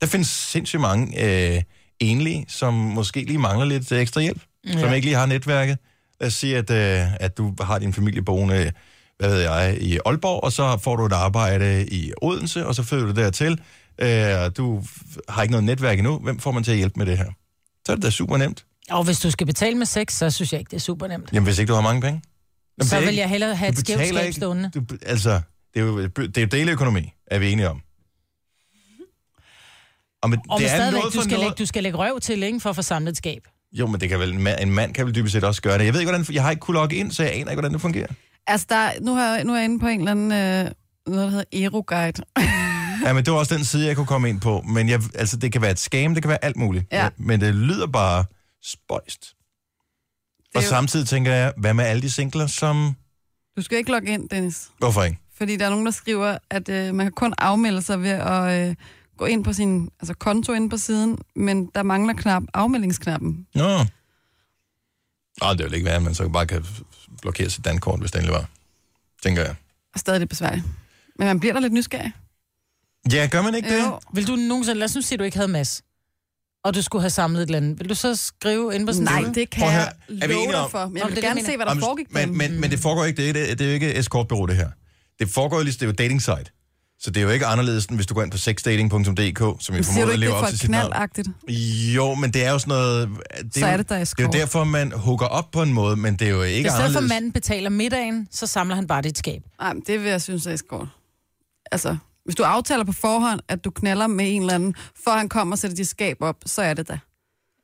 Der findes sindssygt mange øh, enlige, som måske lige mangler lidt ekstra hjælp,
Mm,
ja. som ikke lige har netværket. Lad os sige, at, øh, at du har din familie boende, hvad ved jeg, i Aalborg, og så får du et arbejde i Odense, og så flytter du dertil. Øh, og du f- har ikke noget netværk endnu. Hvem får man til at hjælpe med det her? Så er det da super nemt.
Og hvis du skal betale med sex, så synes jeg ikke, det er super nemt.
Jamen, hvis ikke du har mange penge. Jamen, det
så
er
vil
ikke-
jeg hellere have
du
et skævt
betaler
skab
ikke-
stående.
Du, be- altså, det er jo, det er jo deleøkonomi, er vi enige om. Og men,
Og men
det er
stadigvæk,
noget
du
for
skal,
noget.
lægge, du skal lægge røv til, ikke? For at få samlet et skab.
Jo, men det kan vel, en mand, en mand kan vel dybest set også gøre det. Jeg ved ikke, hvordan, jeg har ikke kunnet logge ind, så jeg aner ikke, hvordan det fungerer.
Altså, der, nu, har jeg, nu er jeg inde på en eller anden... Øh, noget, der hedder Eroguide.
Ja, men det var også den side, jeg kunne komme ind på. Men jeg, altså, det kan være et scam, det kan være alt muligt.
Ja.
Men det lyder bare spøjst.
er
Og
jo-
samtidig tænker jeg, hvad med alle de singler, som
Du skal ikke logge ind, Dennis.
Hvorfor ikke?
Fordi der er nogen, der skriver, at øh, man kan kun afmelde sig ved at øh, gå ind på sin altså, konto inde på siden, men der mangler knap, afmeldingsknappen.
Nå. Nå, det vil ikke være, at man så bare kan blokere sit dankort, hvis det endelig var. Tænker jeg.
Og stadig lidt besværligt. Men man bliver da lidt nysgerrig.
Ja, gør man ikke det?
Jo.
Vil du nogensinde, lad os nu sige, at du ikke havde Mads, og du skulle have samlet et eller andet. Vil du så skrive ind på sådan
Nej,
noget?
det kan
Prøv at
jeg
høre, er vi
love
enige om-
dig for. Men jeg
Nå,
vil
det er det,
gerne
jeg
se, hvad der
Jamen,
foregik
men, men, men det foregår ikke, det er, det, det er jo ikke escortbureau, det her. Det foregår jo lige, det er jo dating site. Så det er jo ikke anderledes, end hvis du går ind på sexdating.dk, som jeg
Siger du
formoder
ikke, det
lever
er
op
for
til sit navn.
knaldagtigt?
Jo, men det er jo sådan noget... øh, Det
Så
jo-
er det da
Det er jo
escort.
derfor, man hugger op på en måde, men det er jo ikke
I stedet for, at
anderledes.
manden betaler middagen, så samler han bare dit skab.
Nej, men det vil jeg synes er skort. Altså, hvis du aftaler på forhånd, at du knaller med en eller anden, for han kommer og sætter dit skab op, så er det da.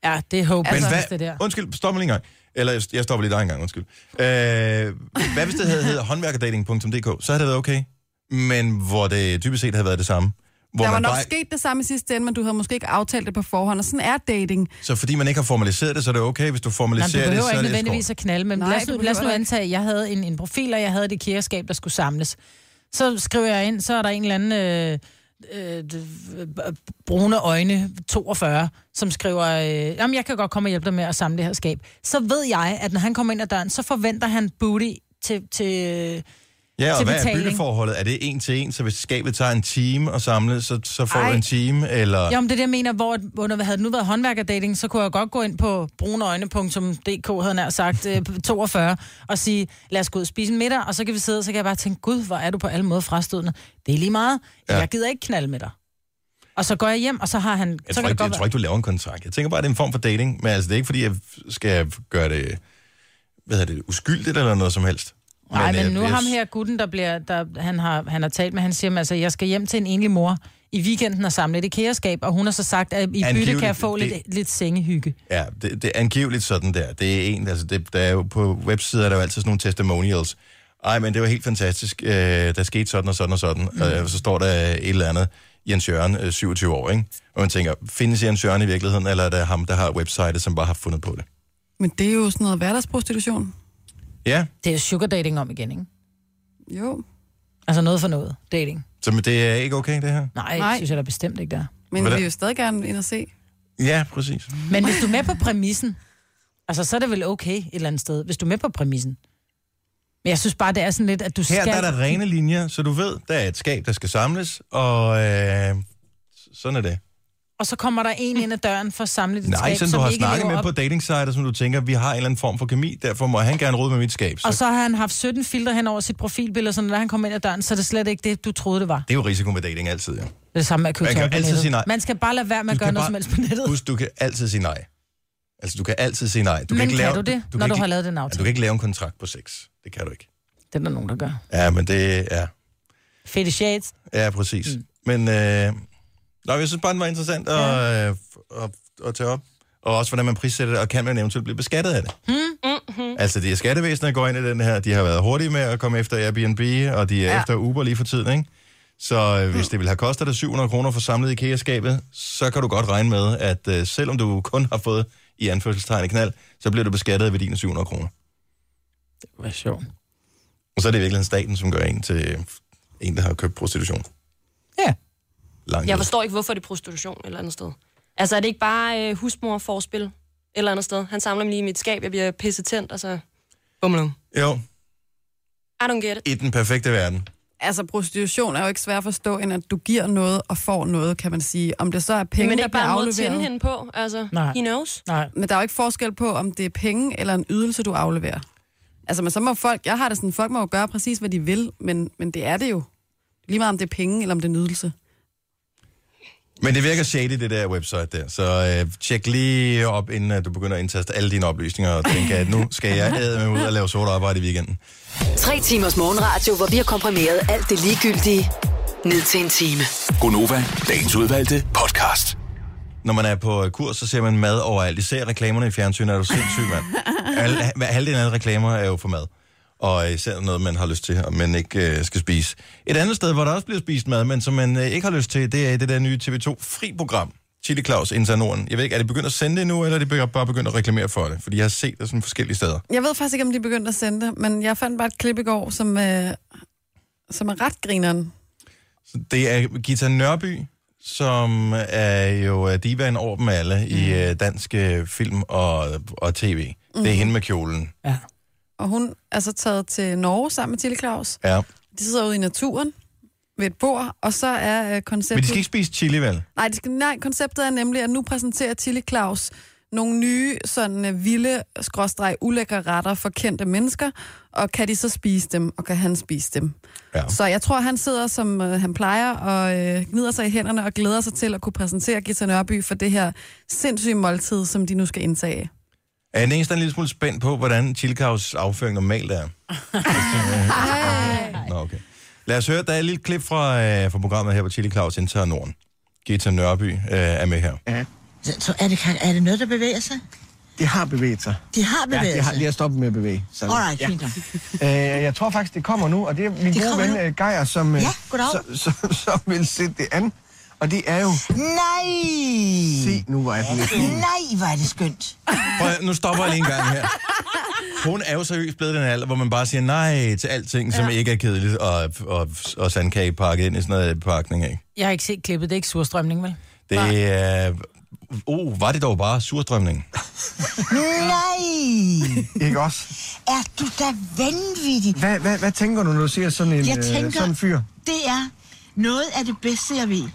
Ja, det er håber
Men
altså,
hvad,
det der.
Undskyld, stop mig lige en gang. Eller jeg- jeg stopper lige dig en gang, undskyld. Øh, hvad hvis det havde heddet håndværkerdating.dk, så havde det været okay. Men hvor det dybest set havde været det samme. Hvor
der var
man
nok
bare,
sket det samme i sidste ende, men du havde måske ikke aftalt det på forhånd, og sådan er dating.
Så fordi man ikke har formaliseret det, så er det okay. Hvis du
Nej, du
formaliserer det,
behøver
så er
ikke
det
nødvendigvis
escort.
at knalde, men
Nej,
Nej, lad, os
du
nu, lad
behøver
os nu
ikke.
antage, at jeg havde en, en profil, og jeg havde det kirkeskab, der skulle samles. Så skriver jeg ind, så er der en eller anden øh, øh, d- brune øjne, 42, som skriver, øh, jamen jeg kan godt komme og hjælpe dig med at samle det her skab. Så ved jeg, at når han kommer ind ad døren, så forventer han booty til... til øh,
Ja, og
til
hvad er
betaling.
bytteforholdet? Er det en til en, så hvis skabet tager en time at samle, så, så får
Ej.
du en time? Eller...
Jo, men det er det, jeg mener, hvor, at- hvor når vi havde det nu været håndværkerdating, så kunne jeg godt gå ind på bruneøjne.dk, havde jeg nær sagt, øh, 42, og sige, lad os gå ud og spise en middag, og så kan vi sidde, og så kan jeg bare tænke, gud, hvor er du på alle måder frastødende. Det er lige meget.
Ja.
Ja. Jeg gider ikke knalde med dig. Og så går jeg hjem, og så har han...
Jeg
så
tror,
kan det
ikke, jeg
godt
tror ikke, du laver en kontrakt. Jeg tænker bare, at det er en form for dating. Men altså, det er ikke, fordi jeg skal gøre det, hvad hedder det uskyldigt eller noget som helst.
være. Nej, men,
øh,
nu
jeg-
ham her gutten, der bliver, der, han, har, han har talt med, han siger, "Men altså, jeg skal hjem til en enlig mor i weekenden og samle et IKEA-skab, og hun har så sagt, at i bytte
Angiveligt,
kan jeg få
det-
lidt, lidt sengehygge.
Ja, det, det er angiveligt sådan der. Det er en, altså det, der er jo på websider, er der er jo altid sådan nogle testimonials. Ej, men det var helt fantastisk. Øh, der skete sådan og sådan og sådan. Mm. Øh, så står der et eller andet. Jens Jørgen, øh, 27 år, ikke? Og man tænker, findes Jens Jørgen i virkeligheden, eller er det ham, der har websitet, som bare har fundet på det?
Men det er jo sådan noget hverdagsprostitution.
Ja,
Det er jo sugar dating om igen, ikke?
Jo.
Altså noget for noget dating.
så men det er ikke okay, det her?
Nej, Nej.
Nej.
synes jeg da bestemt ikke, der.
Men
Hvordan-
vi vil jo stadig gerne ind og se.
Ja, præcis.
Men hvis du er med på præmissen, altså så er det vel okay et eller andet sted, hvis du er med på præmissen. Men jeg synes bare, det er sådan lidt, at du
Her
skal...
der er der rene linjer, så du ved, der er et skab, der skal samles, og øh, sådan er det.
Og så kommer der en ind ad døren for at samle dit
Nej,
skab,
sådan du har
ikke
snakket
lever
med på
op.
datingsider, som du tænker, vi har en eller anden form for kemi, derfor må han gerne rode med mit skab. Så,
Og så har han haft 17 filtre hen over sit profilbillede, så når han kommer ind ad døren, så er det slet ikke det, du troede, det var.
Det er jo risikoen ved dating altid, ja.
Det er det samme med at købe
Man kan
tøj
jo
på
altid
nettet.
sige nej.
Man skal bare lade være med at
Du
gøre
kan
noget
bare-
som helst på nettet.
Husk, du kan altid sige nej. Altså, du kan altid sige nej. Du
Men
ikke
kan
lave,
du det,
kan
når du
ikke-
har lavet Mm. den aftale?
Ja, Du kan ikke lave en kontrakt på sex. Det kan du ikke.
Det er der nogen, der gør.
Ja, men det er...
Fetish shades.
Ja, præcis. Mm. Men... Øh, nå, jeg synes bare, den var interessant at, ja. at, at tage op. Og også, hvordan man prissætter det, og kan man eventuelt blive beskattet af det.
Mm-hmm.
Mm. Altså, de er skattevæsener, der går ind i den her. De har været hurtige med at komme efter Airbnb, og de er ja. efter Uber lige for tiden, ikke? Så
Mm.
øh, hvis det ville have kostet dig 700 kroner for samlet IKEA-skabet, så kan du godt regne med, at øh, selvom du kun har fået i anførselstegn et knald, så bliver du beskattet ved dine 700 kroner.
Hvad sjovt.
Og så er det i virkeligheden staten, som gør en til en, der har købt prostitution.
Ja.
Langt
Jeg
ud.
forstår ikke, hvorfor det er prostitution et eller andet sted. Altså, er det ikke bare øh, husmor-forspil et eller andet sted? Han samler mig lige i mit skab, jeg bliver pisse tændt, og så... Bummelum.
Jo,
I don't get it.
i den perfekte verden.
Altså, prostitution er jo ikke svært at forstå, end at du giver noget og får noget, kan man sige. Om det så er penge,
Men det
der
er
bliver
bare en måde at tænde
afleveret.
hende på. Altså,
Nej.
Nej. he knows.
Nej.
Men der er jo ikke forskel på, om det er penge eller en ydelse, du afleverer. Altså, men så må folk... Jeg har det sådan, folk må jo gøre præcis, hvad de vil, men, men det er det jo. Lige meget om det er penge eller om det er en ydelse.
Men det virker shady, det der website der. Så øh, tjek lige op, inden at du begynder at indtaste alle dine oplysninger, og tænke, at nu skal jeg æde med ud og lave sort arbejde i weekenden.
Tre timers morgenradio, hvor vi har komprimeret alt det ligegyldige ned til en time.
Gonova, dagens udvalgte podcast.
Når man er på øh, kurs, så ser man mad overalt. Især reklamerne i fjernsynet er du sindssyg, mand. Al, hver- halvdelen af alle reklamer er jo for mad. Og især noget, man har lyst til, og man ikke øh, skal spise. Et andet sted, hvor der også bliver spist mad, men som man øh, ikke har lyst til, det er i det der nye TV2 Fri-program, Chili Claus Internorden. Jeg ved ikke, er det begyndt at sende det nu, eller er det begy- bare begyndt at reklamere for det? Fordi jeg har set det sådan forskellige steder.
Jeg ved faktisk ikke, om de begyndte at sende det, men jeg fandt bare et klip i går, som, øh, som er ret grineren.
Så det er Gita Nørby, som er jo øh, divaen over dem alle mm. i øh, dansk øh, film og, og tv. Mm. Det er hende med kjolen.
Ja.
Og hun er så taget til Norge sammen med Tilly Claus.
Ja.
De sidder ude i naturen ved et bord, og så er øh, konceptet...
Men de skal ikke spise chili, vel?
Nej, de skal, nej, konceptet er nemlig, at nu præsenterer Tilly Claus nogle nye, sådan øh, vilde, skråstreg, ulækre retter for kendte mennesker, og kan de så spise dem, og kan han spise dem?
Ja.
Så jeg tror, han sidder, som øh, han plejer, og øh, gnider sig i hænderne og glæder sig til at kunne præsentere Gita Nørby for det her sindssyge måltid, som de nu skal indtage.
Er den eneste, der er en lille smule spændt på, hvordan Chili Claus afføring normalt er? Nå, okay. Lad os høre, der er et lille klip fra, øh, fra programmet her på Chili Claus Inter Norden. Gita Nørby øh, er med her.
Så, så er, det, er det noget, der bevæger sig?
Det har bevæget sig.
De har
Ja,
bevæget
det har,
sig?
de har stoppet med at bevæge. Så,
Alright, altså- fint. nok.
øh, jeg tror faktisk, det kommer nu, og det er min
Det
gode
kommer
ven
nu.
øh, Geir, som, øh,
Ja, goddag.
som, som, som vil sætte det an. Og det er jo...
Nej!
Se, nu var jeg den lidt...
Nej, hvor er det skønt.
Prøv, at- nu stopper jeg lige en gang her. Hun er jo seriøst blevet i den alder, hvor man bare siger nej til alting, som ikke er kedeligt, og, og, og sandkage pakket ind i sådan noget pakning, ikke?
Jeg har ikke set klippet, det er ikke surstrømning, vel?
Det er... Uh, var det dog bare surstrømning?
Nej!
Ikke også?
Er du da vanvittig?
Hvad, hvad, hvad tænker du, når du ser sådan en,
Jeg
øh,
tænker,
sådan en fyr?
det er noget af det bedste, jeg ved.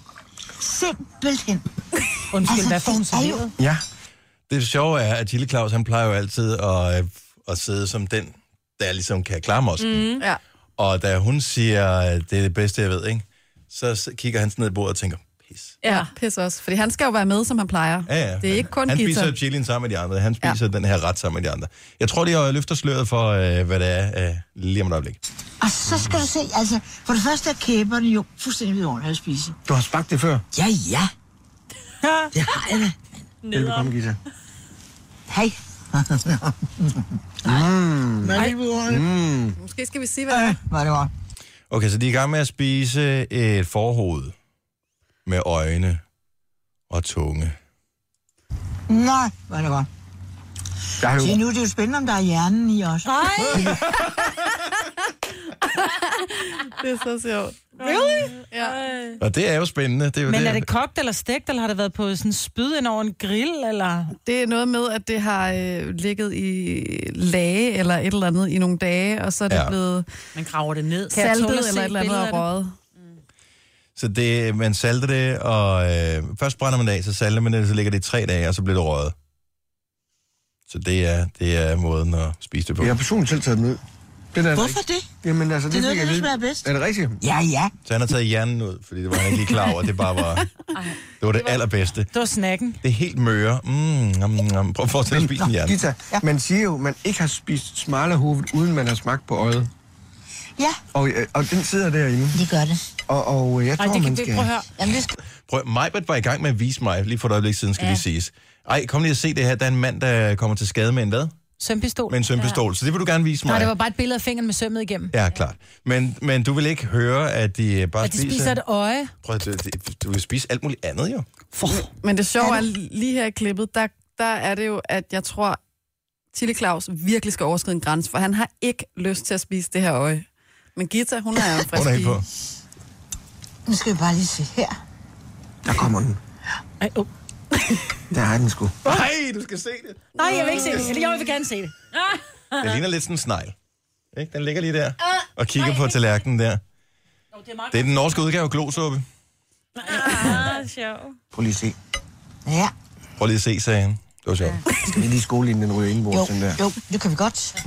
Simpelthen.
Undskyld, altså, hvad får hun
det er jo
serveret?
Ja.
Det sjove er, at Chili Claus, han plejer jo altid at, øh, at sidde som den, der ligesom kan klare mosken. Mm.
Ja.
Og da hun siger, det er det bedste, jeg ved, ikke? Så s- kigger han sådan ned i bordet og tænker, pis.
Ja, pis også. Fordi han skal jo være med, som han plejer.
Ja, ja.
Det er ikke kun
Han
Gita.
spiser chilien sammen med de andre. Han spiser ja. den her ret sammen med de andre. Jeg tror, de har løfter sløret for, øh, hvad det er øh, lige om et øjeblik.
Og så skal du se, altså, for det første er kæberne jo fuldstændig vidunderlige at spise.
Du har smagt det før.
Ja, ja. Det har jeg da.
Velbekomme, Gita.
Hej. Mm. Nej, mm.
Måske skal vi sige, hvad det er.
Var det godt.
Okay, så de er i gang med at spise et forhoved med øjne og tunge.
Nej, var det godt.
Jeg har jo...
Se nu, det er jo spændende, om der er hjernen i os.
Ah,
Nej!
Det er så sjovt. Really? Ja.
Og det er jo spændende. Det er jo
Men
det,
er det kogt eller stegt, eller har det været på sådan spyd ind over en grill, eller...
Det er noget med, at det har øh, ligget i lage eller et eller andet i nogle dage, og så er det
Ja.
ja. blevet
Man graver det ned.
jeg tåle at
saltet
se
eller et eller andet
billeder af
og
det?
røget.
Så det, man salter det, og øh, først brænder man det af, så salter man det, så ligger det i tre dage, og så bliver det røget. Så det er, det er måden at spise det på.
Jeg
Yep.
har personligt selv taget dem ud. Det der,
Hvorfor det?
Jamen, altså, det,
Det er noget, der
fik jeg at vide.
smager bedst.
Er det rigtigt?
Ja, ja.
Så han har taget hjernen ud, fordi det var han ikke lige klar over. Det bare var det, var det allerbedste.
Det var snacken.
Det er helt møre. Mm, mm, mm. Prøv at forestille dig at spise en hjerne.
Gita, man siger jo, man ikke har spist smalerhovedet, uden man har smagt på øjet.
Ja,
Og, øh, og den sidder derinde.
det gør det.
Og, og øh, jeg
Ej,
tror,
det kan
man
vi
skal...
ikke prøve at høre.
Jamen, det skal...
Prøv, Majbert var i gang med at vise mig, lige for et øjeblik siden skal ja. lige siges. Ej, kom lige og se det her. Der er en mand, der kommer til skade med en hvad?
Sømpistol.
Med en sømpistol. Ja. Så det vil du gerne vise mig.
Nej, det var bare et billede af fingeren med sømmet igennem.
Ja, klart. Men, men du vil ikke høre, at de øh, bare
At de spiser et øje.
Prøv, at- det- det- du vil spise alt muligt andet, jo.
Men det sjove er, lige her i klippet, der, der er det jo, at jeg tror, Tilly Claus virkelig skal overskride en grænse, for han har ikke lyst til at spise det her øje. Men Gita, hun er jo en frisk
Hun er helt
pige.
på.
Nu skal vi bare lige se her.
Der kommer den.
Ej, oh.
Der er den sgu.
Nej, du skal se det.
Nej, jeg vil ikke se det. Eller jo, jeg vil gerne se det.
Den ligner lidt sådan en snegl. Ikke? Den ligger lige der og kigger på tallerkenen der. Det er den norske udgave af glosuppe.
Prøv lige at se.
Ja,
Prøv lige at se, sagde han. Det var sjovt.
Skal vi lige skole, inden den ryger
jo,
indbords, den der?
jo, det kan vi godt.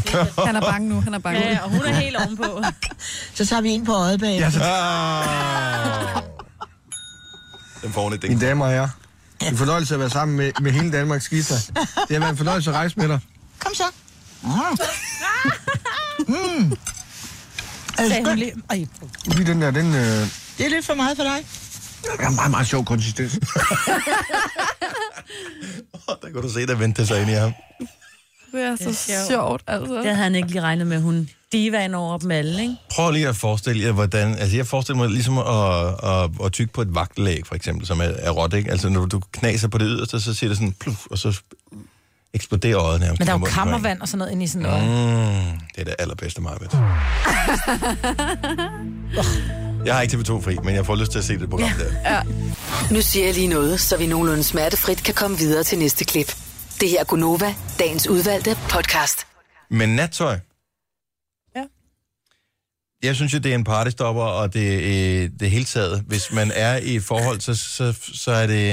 Han er bange nu, han er bange.
Ja, og hun er helt ovenpå.
Så tager vi ind på øjet bag.
Ja, så
Ah. Den får hun et
mine
ding.
damer og herrer. En fornøjelse at være sammen med, med hele Danmarks gitter. Det har været en fornøjelse at rejse med dig.
Kom så. Mm.
Sagde hun lige. Ej,
Fordi den der, den... Øh,
Det er lidt for meget for dig.
er en meget, meget sjov konsistens.
Der kunne du se, der vendte sig ind i ham.
Det er så sjovt. sjovt, altså.
Det havde han ikke lige regnet med, hun divaen over dem alle, ikke?
Prøv lige at forestille jer, hvordan... Altså, jeg forestiller mig ligesom at, at, at tykke på et vagtlæg, for eksempel, som er, er råt, ikke? Altså, når du knaser på det yderste, så siger det sådan... Pluf, og så eksploderer øjet nærmest.
Men der er jo
i munden på en.
kammervand og sådan noget inde i sådan noget.
Mm, det er det allerbedste, Marvind. Jeg har ikke TV2 fri, men jeg får lyst til at se det program der.
Ja. Nu siger jeg lige noget, så vi nogenlunde smertefrit kan komme videre til næste klip. Det her er Gunova, dagens udvalgte podcast.
Men nattøj?
Ja.
Jeg synes jo, det er en partystopper, og det er det hele taget. Hvis man er i et forhold, så, så, så er det...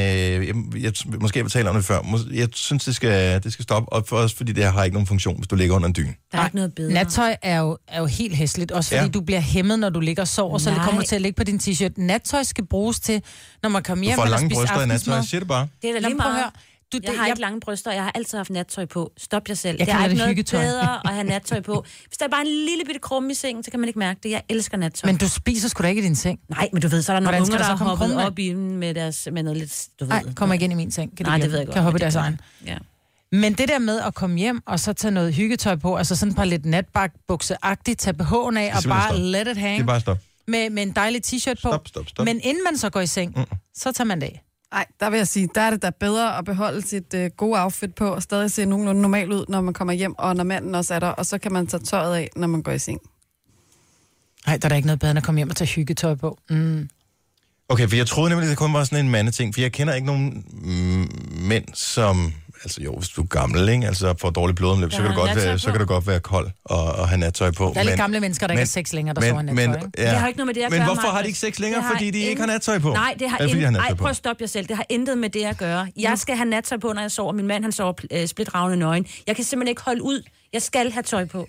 Jeg, jeg, måske jeg betaler om det før. Mås- Jeg synes, det skal, det skal stoppe, og for, også fordi det har ikke nogen funktion, hvis du ligger under en dyne.
Der er ikke noget bedre.
Nattøj er jo, er jo helt hæsligt, også fordi
Ja.
ja. du bliver hæmmet, når du ligger og sover, så det
Nej.
kommer til at ligge på din t-shirt. Nattøj skal bruges til, når man kommer
Du
hjem
får
eller
lange
spiser
bryster i nattøj,
aftensmad.
siger det bare.
Det er da
Nå,
lige
men prøv at
meget.
høre. Du, det,
jeg har ikke lange bryster, og jeg har altid haft nattøj på. Stop jer selv.
Jeg
der er
kalder
ikke
det
noget
hyggetøj.
bedre at have nattøj på. Hvis der er bare en lille bitte krumme i sengen, så kan man ikke mærke det. Jeg elsker nattøj.
Men du spiser sgu da ikke i din seng.
Nej, men du ved, så er der nogle
Hvordan skal
unger, der
der
er
så komme
hoppet
krumme af?
op i den med, deres, med noget lidt... Du ved,
Nej, kommer ikke ind i min seng. Kan de
Nej, det
gøre?
ved jeg godt.
Kan hoppe i
men det
deres
gør
egen.
de. Ja.
Men det der med at komme hjem og så tage noget hyggetøj på, altså sådan et par lidt natbukseagtigt, tage BH'en af og
simpelthen
bare
stop.
let it
Det er
hang
bare stop.
med, med en dejlig t-shirt på.
Stop, stop, stop.
Men inden man så går i seng, mm. så tager man det af.
Ej, der vil jeg sige, der er det da bedre at beholde sit øh, gode outfit på, og stadig se nogenlunde normal ud, når man kommer hjem, og når manden også er der, og så kan man tage tøjet af, når man går i seng.
Nej, der er da ikke noget bedre end at komme hjem og tage hyggetøj på. Mm.
Okay, for jeg troede nemlig, det kun var sådan en mandeting, for jeg kender ikke nogen mm, mænd, som... Altså jo, hvis du er gammel, ikke? Altså får dårlig blodomløb, så
Der
kan, du
har
godt være,
nattøj
så
på.
kan du godt være kold og, og have nattøj på.
Der er lidt gamle mennesker, der ikke har sex længere, der sover i nattøj, ikke?
ja.
Det har jo ikke noget med det at
Men
gøre,
hvorfor har de
Marcus.
ikke sex længere?
Det har
Fordi de ikke
ingen-
har nattøj på.
Nej, det har
Eller fordi de har
ingen... Ej,
nattøj på.
prøv at stoppe jer selv. Det har intet med det at gøre.
Mm.
Jeg skal have nattøj på, når jeg sover. Min mand, han sover øh, splitravne nøgen. Jeg kan simpelthen ikke holde ud. Jeg skal have tøj på.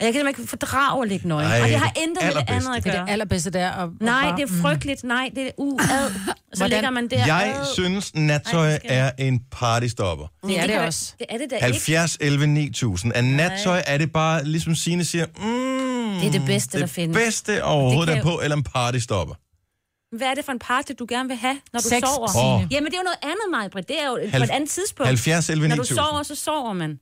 Og jeg kan simpelthen ikke fordrage at ligge nøgen.
Ej,
og det har
det
intet med det andet at
allerbedste.
Det er
gøre.
det allerbedste, der. Og, og
Nej,
bare,
det er frygteligt. Nej, det er uad. Så
Hvordan-
ligger man der.
mm. Jeg
ad.
synes,
Ej,
nattøj
det skal jeg.
er en partystopper.
det er
kan
det
da-
også.
Det er det da ikke.
70, 11, 9000. Er nattøj, er det bare, ligesom Signe siger, mm,
Det er det bedste, der
det
findes.
bedste overhovedet
Det
er
kan
på, eller en partystopper?
Hvad er det for en party, du gerne vil have, når du
Sex,
sover?
Signe. Åh.
Jamen, det er jo noget andet, Majbrit. Det er jo på
Halv-
et andet tidspunkt.
70, 11,
Når du
9000.
sover, så sover man.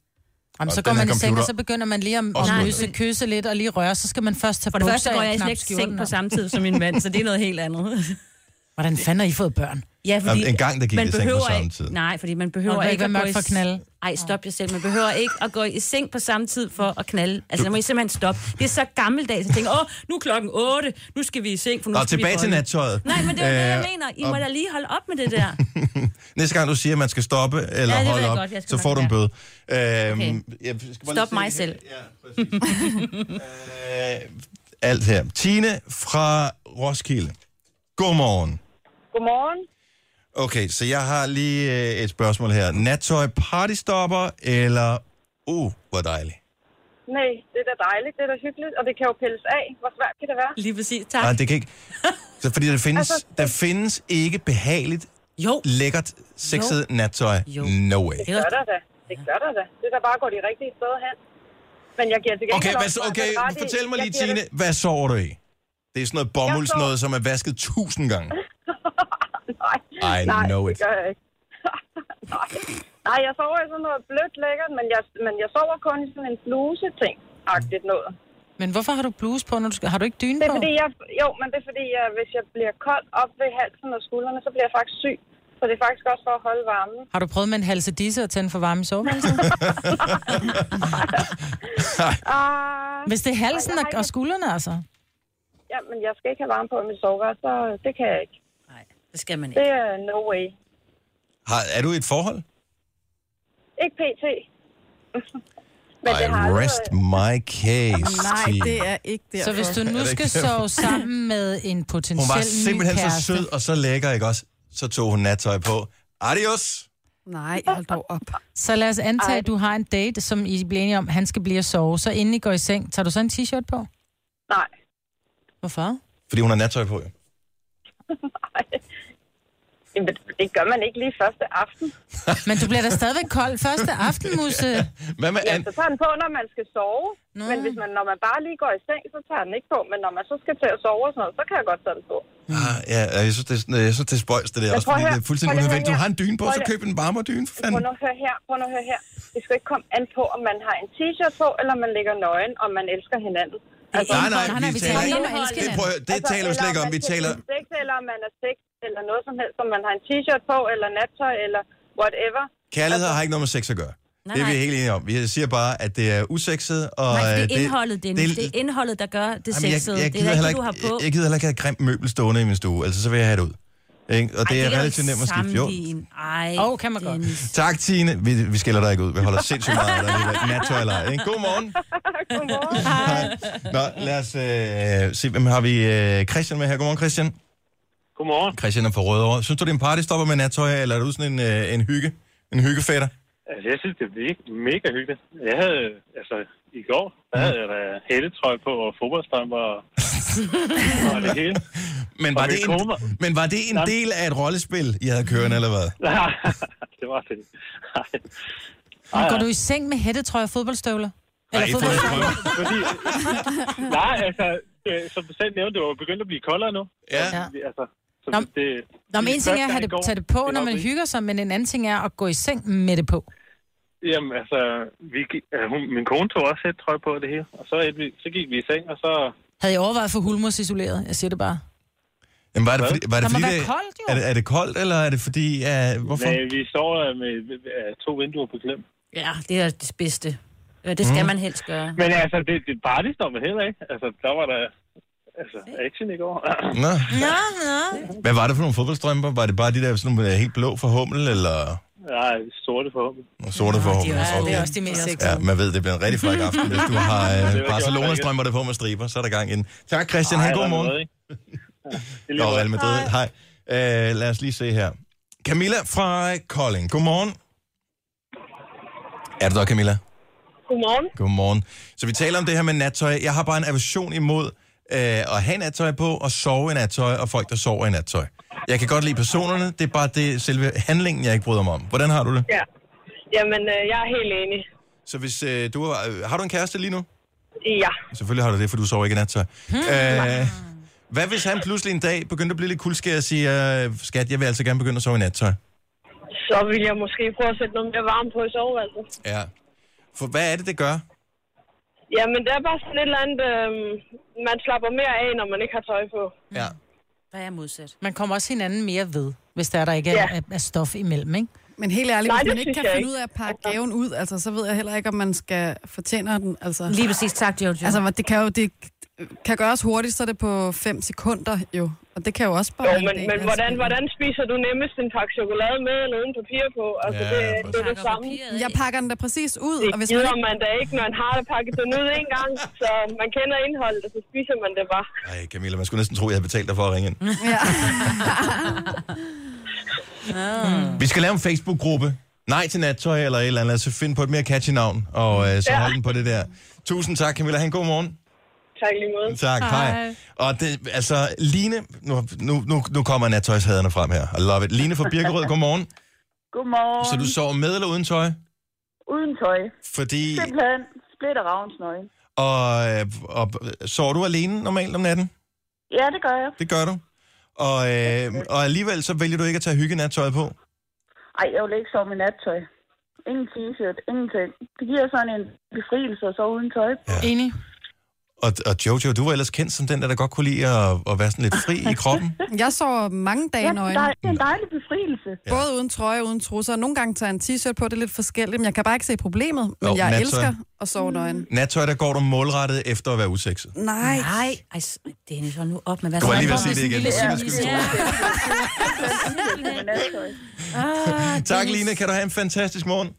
Jamen, så
Og
går
den her
man i seng,
computer-
og så begynder man lige at,
Også
at
mod-
kysse, kysse lidt og lige røre. Så skal man først tage
For det første
bukser
går
af,
jeg slet
knap
ikke i seng
skjorten
på
op.
samme tid som min mand, så det er noget helt andet.
Hvordan fanden har I fået børn?
Ja, fordi
Jamen, en gang, der gik
man
i seng på
behøver
samme
ikke-
tid.
Nej, fordi man
Nå,
behøver
det er
ikke,
ikke
at
være
gå
mørkt
i...
for at knalde.
Ej, stop jer selv. Man behøver ikke at gå i seng på samme tid for at knalde. Altså, der må I simpelthen stoppe. Det er så gammeldags. Jeg tænker, åh, nu er klokken 8, nu skal vi i seng, for nu
Nå,
skal vi
tilbage til
bolle."
nattøjet.
Nej, men det er jo det, jeg
Øh,
mener. I må da lige holde op med det der.
Næste gang du siger, at man skal stoppe eller
Ja, det ved
holde
jeg
op,
godt, jeg skal
så
nok
får du en
lade
bøde. Øhm,
Okay.
jeg skal bare lige
Stop
se
mig
her.
selv.
Ja, præcis. øh, alt her. Tine fra Roskilde. Godmorgen.
Godmorgen.
Okay, så jeg har lige øh, et spørgsmål her. Nattøj partystopper eller... Uh, hvor dejligt.
Nej, det er da dejligt, det er da hyggeligt, og det kan jo pilles af. Hvor svært kan det være?
Lige præcis.
Nej,
Tak.
det kan ikke... Så fordi der findes,
Altså-
der findes ikke behageligt,
Jo.
lækkert, sexet nattøj.
Jo.
No way.
Det er
Det gør
også-
der da. Det gør der da. Det er da bare at gå de rigtige steder hen. Men jeg giver til
Okay,
gengæld
hvad,
også
så- okay
Martin ret i-
fortæl mig
jeg
lige,
giver
Tine, hvad sover du i? Det er sådan noget bomuldsnoget, som er vasket tusind gange.
det- Nej,
I
nej,
know
det
it.
gør jeg ikke. nej. nej, jeg sover i sådan noget blødt lækkert, men jeg, men jeg sover kun i sådan en bluse-ting-agtigt noget.
Men hvorfor har du bluse på, når du skal... Har du ikke dyne
Det er
på?
fordi, jeg, jo, men det er fordi, jeg, hvis jeg bliver kold op ved halsen og skuldrene, så bliver jeg faktisk syg. Så det er faktisk også for at holde varmen.
Har du prøvet med en halse disse og tænde for varme i soveværelset?
Ah,
Hvis det er halsen
Ej, jeg har
og, og skuldrene, altså.
ja, men jeg skal ikke have varme på i mit soveværelse, så det kan jeg ikke.
Nej, det skal man
Det
ikke.
er no way.
Har, er du i et forhold?
Ikke pt. men
I rest
øh.
my case,
Nej,
Tine.
det er ikke derfor.
Så hvis du nu
det
skal
ikke
sove sammen med en
Hun var
potentiel ny
simpelthen så
kæreste...
sød og så lækker, ikke også? Så tog hun nattøj på. Adios!
Nej, hold dog op.
Så lad os antage,
Ej.
at du har en date, som I bliver enige om, han skal blive at sove. Så inden I går i seng, tager du så en t-shirt på?
Nej.
Hvorfor?
Fordi hun har nattøj på, jo.
Jamen, det gør man ikke lige første aften.
Men du bliver da stadigvæk kold første aften, Musse.
Hvad med
Ja,
an...
så tager den på, når man skal sove.
Nå.
Men hvis man, når man bare lige går i seng, så tager den ikke på. Men når man så skal til at sove og sådan noget, så kan jeg godt tage den på.
Ah, ja, jeg synes, det er, sådan- jeg synes, det er spøjs, det der. Også
prøv
fordi
at
det
høre-
er fuldstændig
prøv lige at
unødvendigt. Du
høre
har
her.
en dyne på,
Prøv
så
lige-
køb en varmere dyne, for
Prøv
fanden.
nu at høre her, prøv nu at høre her. det skal ikke komme an på, om man har en t-shirt på, eller man ligger nøgen, om man elsker hinanden.
Nej, nej, vi taler ikke- det, prøv, at høre, det
Altså,
taler vi slet ikke om. Vi taler,
Sex, eller om man er sex, eller noget som helst, om man har en t-shirt på, eller nattøj, eller whatever.
kærlighed har ikke noget med sex at gøre.
Nej,
Det er vi
nej.
helt enige om. Vi siger bare, at det er usexet, og...
Nej, for
øh,
det er indholdet, Dennis. Det, det er indholdet, der gør det
Jamen,
sexede. Det er da
heller
ikke, det, du har på.
jeg, jeg gider heller ikke have et grimt møbel stående i min stue, altså så vil jeg have det ud. Ikke? Og det er relativt nemt at skifte. Jo.
Ej,
Åh, kan man godt.
Tak, Tine. Vi, vi skælder dig ikke ud. Vi holder sindssygt meget af dig. alligevel. Nattøj eller ej, ikke? Godmorgen. Nå, lad os øh, se, hvem har vi øh, Christian med her. Godmorgen, Christian.
Godmorgen.
Christian er fra Rødovre. Synes du, det er en partystopper med nattøj, eller er du sådan en, øh, en hygge? En hyggefætter?
Altså, jeg synes, det er virkelig mega hyggeligt. Jeg havde, altså, i går, der havde jeg da hættetrøj på og fodboldstrømper og, og det hele.
Men
Og
var,
min
det en,
kone
men var det en
Nej.
del af et rollespil, I havde kørende, eller hvad?
Nej, det var det. Nej.
Men går du i seng med hættetrøje og fodboldstøvler?
Nej, fodboldstrømper. Fordi, nej, altså, øh, som du selv nævnte, det var begyndt at blive koldere nu.
Ja.
Altså, så
Nå,
det,
Nå, men en ting er at have det, tage det på, når man
hygger.
hygger sig, men en anden ting er at gå i seng med det på.
Jamen, altså, vi, gik- øh, hun, min kone tog også et trøj på og det hele. Og så, endte vi- så gik vi i seng, og så...
Havde jeg overvejet for hulmos isoleret? Jeg siger det bare.
Jamen, var det, fordi, var det,
Der må
fordi
være
det,
koldt,
er, det, er det koldt, eller er det fordi... Uh, hvorfor?
Nej, vi står øh, med, med, med to vinduer på klem.
Ja, det er det bedste. Ja, det skal
Mm.
mm. man helst gøre.
Men altså, det, det party står med heller ikke. Altså, der var der altså, action i går.
Nå.
Nå, nå.
Hvad var det for nogle fodboldstrømper? Var det bare de der sådan nogle øh, helt blå for hummel, eller
Nej, sorte forhåbentlig.
nogle sorte for hummel?
Ja, det er også de mest sexede.
Ja, man ved, det bliver en rigtig fræk aften, hvis du har
Det var
øh,
sjovt,
Barcelona-strømper det på med striber, så er der gang ind. Tak, Christian.
Ej,
Hej, god
Real
morgen.
Madrid, ikke?
Nå, Real Madrid. Hej. Øh, lad os lige se her. Camilla fra Kolding. Godmorgen. Er du der, Camilla?
Godmorgen.
Godmorgen. Så vi taler om det her med nattøj. Jeg har bare en aversion imod øh, at have nattøj på, og sove i nattøj, og folk, der sover i nattøj. Jeg kan godt lide personerne, det er bare det selve handlingen, jeg ikke bryder mig om. Hvordan har du det?
Ja. Jamen, øh, jeg er helt enig.
Så hvis øh, du har, øh, har du en kæreste lige nu?
Ja.
Selvfølgelig har du det, for du sover ikke i nattøj. Hmm. Øh, hvad hvis han pludselig en dag begyndte at blive lidt kuldskær og siger, øh, skat, jeg vil altså gerne begynde at sove i nattøj?
Så vil jeg måske prøve at sætte noget mere varme på i soveværelset.
Ja. For hvad er det, det gør?
Jamen, det er bare sådan et eller andet, øh, man slapper mere af, når man ikke har tøj på.
Ja.
Der er modsat.
Man kommer også hinanden mere ved, hvis der er, der ikke er, er, er stof imellem, ikke?
Men helt ærligt,
Nej,
Nej,
det
hvis man ikke
synes
kan
jeg
finde
ikke.
ud af at pakke gaven ud, altså, så ved jeg heller ikke, om man skal fortjene den. Altså.
Lige præcis. Tak, Jojo.
Altså, det kan jo det kan gøres hurtigt, så er det på 5 sekunder jo. Og det kan jo også bare...
Jo,
være en altså.
men, men
del af
hvordan,
spillet.
hvordan spiser du nemmest en pakke chokolade med eller uden papir på? Altså,
Ja,
det, det er
præcis.
det samme.
Jeg pakker den da præcis ud,
Det
og hvis man
gider
ikke...
man da ikke, når man har det pakket den ud en gang, så man kender indholdet, og så spiser man det bare.
Ej, Camilla, man skulle næsten tro, jeg havde betalt dig for at ringe ind. Vi skal lave en Facebook-gruppe. Nej til nattøj eller et eller andet. Lad os finde på et mere catchy navn, og øh, så
Ja.
holde den på det der. Tusind tak, Camilla. Ha' en god morgen.
Tak lige måde.
Tak, hej. Og det, altså, Line... Nu, nu, nu, nu kommer nattøjshaderne frem her. I love it. Line fra Birkerød, godmorgen.
Godmorgen.
Så du sover med eller uden tøj?
Uden tøj.
Fordi...
Simpelthen splitter ravens nøgen.
Og, øh, og sover du alene normalt om natten?
Ja, det gør jeg.
Det gør du. Og, øh, og alligevel så vælger du ikke at tage hyggenattøj på?
Ej, jeg vil ikke sove med nattøj. Ingen t-shirt, ingenting. Det giver sådan en befrielse at sove uden tøj.
Ja.
Enig.
Og, og Jojo, du var ellers kendt som den, der, der godt kunne lide at, at være sådan lidt fri i kroppen.
Jeg sover mange dage
Ja,
nøgen.
dej- det er en dejlig befrielse.
Både uden trøje og uden trusser. Nogle gange tager jeg en t-shirt på, det er lidt forskelligt, men jeg kan bare ikke se problemet. Men
Jo,
jeg
nattøj.
elsker at sove
Mm.
nøgen.
Nattøj, der går du målrettet efter at være usexet.
Nej.
Nej. Ej, s- Dennis, hold nu op med hvad
Du var lige ved at
Kom
sige det
med
igen.
sådan en
Undskyld,
lille-
jeg
Ah,
tak,
Dennis.
Line. Kan du have en fantastisk morgen?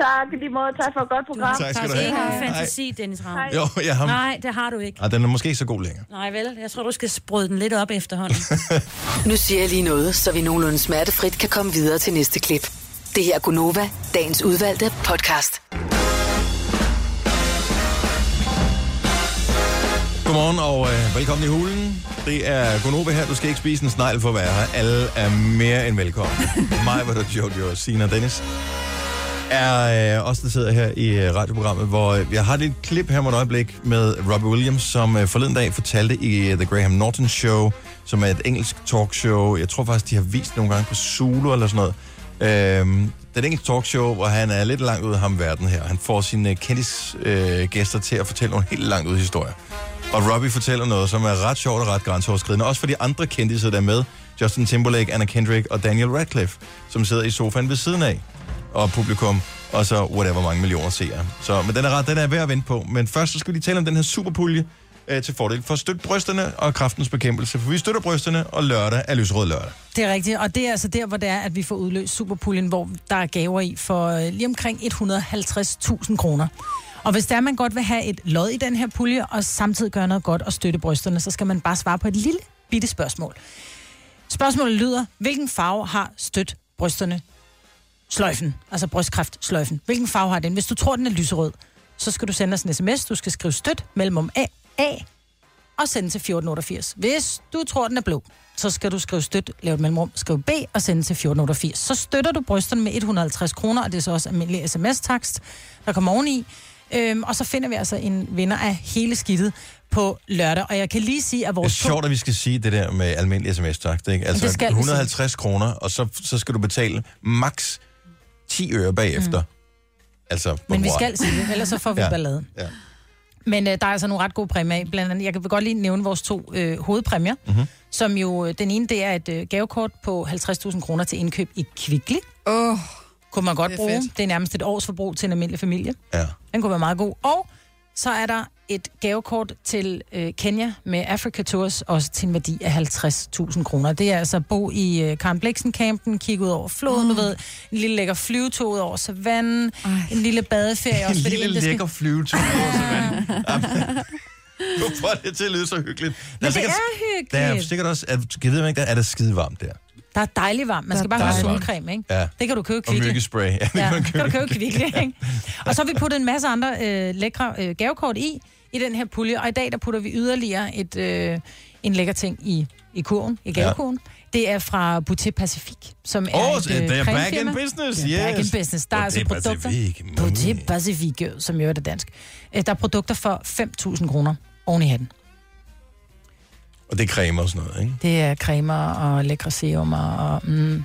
Tak i lige måde. Tak for et godt program.
Tak skal du have.
Ikke en
Hej.
fantasi, Dennis Ravn.
Jo, jeg har-
Nej, det har du ikke.
Ej, den er måske ikke så god længere.
Nej vel, jeg tror, du skal sprøde den lidt op efterhånden.
Nu siger jeg lige noget, så vi nogenlunde smertefrit kan komme videre til næste klip. Det her er Gunova, dagens udvalgte podcast.
Godmorgen og øh, velkommen i hulen. Det er Gunova her. Du skal ikke spise en snegl for at være her. Alle er mere end velkommen. Mig, hvor der Jojo, Sina og Dennis. er øh, os, der sidder her i øh, radioprogrammet, hvor øh, jeg har et lille klip her med et øjeblik med Robbie Williams, som øh, forleden dag fortalte i øh, The Graham Norton Show, som er et engelsk talkshow. Jeg tror faktisk, de har vist nogle gange på Zulu eller sådan noget. Øh, den enkelte talkshow, hvor han er lidt langt ude af ham verden her. Han får sine kendisgæster øh, gæster til at fortælle nogle helt langt ude historier. Og Robbie fortæller noget, som er ret sjovt og ret grænseoverskridende. Også for de andre kendisser, der er med. Justin Timberlake, Anna Kendrick og Daniel Radcliffe, som sidder i sofaen ved siden af. Og publikum, og så whatever mange millioner seere. Så, men den er ret, den er værd at vente på. Men først så skal vi lige tale om den her superpulje øh, til fordel for Støt Brysterne og Kraftens Bekæmpelse. For vi støtter brysterne, og lørdag er lysrød lørdag.
Det er rigtigt, og det er altså der, hvor det er, at vi får udløst superpuljen, hvor der er gaver i for øh, lige omkring 150.000 kroner. Og hvis der man godt vil have et lod i den her pulje, og samtidig gøre noget godt og støtte brysterne, så skal man bare svare på et lille bitte spørgsmål. Spørgsmålet lyder, hvilken farve har stødt brysterne? Sløjfen, altså brystkræftsløjfen. Hvilken farve har den? Hvis du tror, den er lyserød, så skal du sende os en sms. Du skal skrive støt mellem om A, A og sende til 1488. Hvis du tror, den er blå, så skal du skrive støt, lave et mellemrum, skrive B og sende til 1488. Så støtter du brysterne med 150 kroner, og det er så også almindelig sms-takst, der kommer oveni. Øhm, og så finder vi altså en vinder af hele skidtet på lørdag. Og jeg kan lige sige, at
Det er
vores...
sjovt, at vi skal sige det der med almindelig sms-takt, ikke? Altså
Det skal vi
150 kroner, og så, så skal du betale maks 10 øre bagefter. Mm. Altså, på
Men vi
moral.
skal sige det, ellers så får vi
Ja.
balladen.
Ja.
Men øh, der er altså nogle ret gode præmier af. Blandt andet, jeg kan godt lige nævne vores to øh, hovedpræmier,
Mhm.
mm-hmm. som jo, øh, den ene, det er et øh, gavekort på 50.000 kroner til indkøb i Kvickly. Åh, oh, kunne man godt
det er
bruge.
fedt.
Det er nærmest et års forbrug til en almindelig familie.
Ja.
Den kunne være meget god. Og så er der et gavekort til øh, Kenya med Africa Tours, også til en værdi af 50.000 kroner. Det er altså at bo i øh, Karen Bliksen campen kigge ud over floden, mm. du ved, en lille lækker flyvetog ud over savannen, en lille badeferie
En
også. fordi
lille
det skal-
lækker flyvetur over savannen. Jamen, Nu får det til at lyde så hyggeligt. Der
Men det er hyggeligt.
Der er sikkert også, at, kan jeg vide, om ikke der er det skide varmt der.
Der er dejlig varmt. Man skal bare
Der er
have
dejlig
solcreme, ikke?
Ja.
Det kan du købe
Og
kvickly.
myggespray. Ja, det
Ja,
kan man
det kan du
købe.
købe kvickly, ikke? Og så har vi puttet en masse andre øh, lækre øh, gavekort i, i den her pulje. Og i dag, der putter vi yderligere et, øh, en lækker ting i, i kurven, i gavekurven. Det er fra Boutique Pacific, som er
Åh,
et øh,
så det er
cremefirma.
back in business,
Det er Back
yes.
in business. Der er altså
Boutique
produkter.
Pacific,
Boutique Pacific, øh, som jo er det dansk. Øh, Der er produkter for 5.000 kroner oven i hatten.
Og det er creme og sådan noget, ikke?
Det er cremer og lækre serumer og... Mm,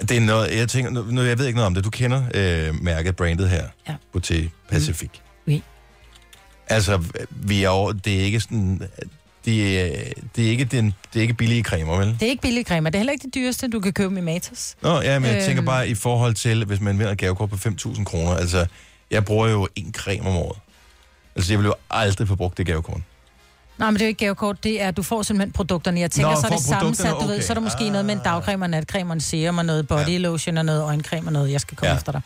Det er noget, jeg tænker, nu, nu- jeg ved ikke noget om det. Du kender øh, mærket, brandet her,
Ja.
Boutique Pacific. Mm.
Oui.
Altså, vi er over, det er ikke sådan, det er, det er ikke, den, det er ikke billige cremer, vel?
Det er ikke billige cremer. Det er heller ikke det dyreste, du kan købe i Matas.
Nå, ja, men jeg
Øhm.
tænker bare i forhold til, hvis man vinder et gavekort på 5.000 kroner, altså, jeg bruger jo en creme om året. Altså, jeg vil jo aldrig få brugt det gavekort.
Nej, men det er jo ikke gavekort. Det er, at du får simpelthen produkterne. Jeg tænker,
Nå,
Nå, så er
får
det sammensat.
produkterne,
Du ved,
okay.
så er der måske ah. noget med en dagcreme og en natcreme og en serum og noget body lotion og noget øjencreme og noget, jeg skal komme
Ja.
ja. efter dig.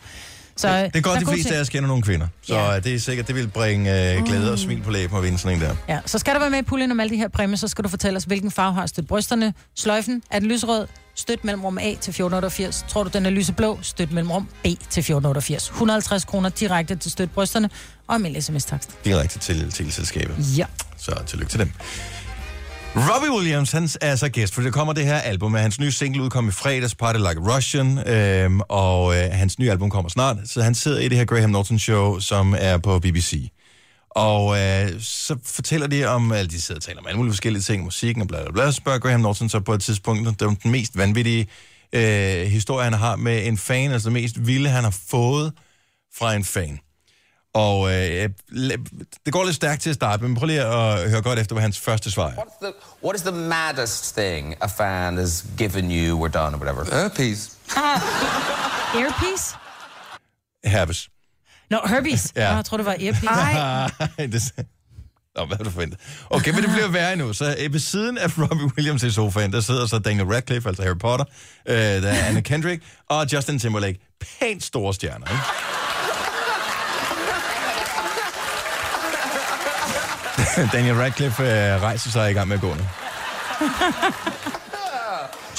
Så,
det er godt,
der
de
gode
fleste
ting.
af jer kender nogle kvinder. Så ja. det er sikkert, det vil bringe øh, glæde og smil på læben at vinde sådan en der.
Ja, så skal du være med i puljen om alle de her præmier, så skal du fortælle os, hvilken farve har stødt brysterne. Sløjfen, er den lyserød? Støt mellemrum A til 1488. Tror du, den er lyseblå? Støt mellemrum B til 1488. 150 kroner direkte til støt brysterne og min sms-takst.
direkte til teleselskabet.
Ja.
Så tillykke til dem. Robbie Williams, han er så gæst, for der kommer det her album. og Hans nye single udkom i fredags, Party Like a Russian, øhm, og øh, hans nye album kommer snart. Så han sidder i det her Graham Norton show, som er på BBC. Og øh, så fortæller de om, at de sidder og taler om alle mulige forskellige ting, musikken og bla bla bla. Så spørger Graham Norton så på et tidspunkt, det er den mest vanvittige øh, historie, han har med en fan, altså det mest vilde, han har fået fra en fan. Og øh, la- det går lidt stærkt til at starte, men prøv lige at høre godt efter, hvad hans første svar er.
the, what is the maddest thing a fan has given you or done or whatever? Herpes.
Earpiece?
Herpes.
Nå, herpes.
Ja.
Ja. Nå, jeg tror, det var earpiece.
det... Nå, hvad har du forventet? Okay, men det bliver værre endnu. Så øh, ved siden af Robbie Williams i sofaen, der sidder så Daniel Radcliffe, altså Harry Potter, øh, der er Anna Kendrick og Justin Timberlake. Pænt store stjerner, ikke? Daniel Radcliffe øh, rejser sig i gang med at gå nu.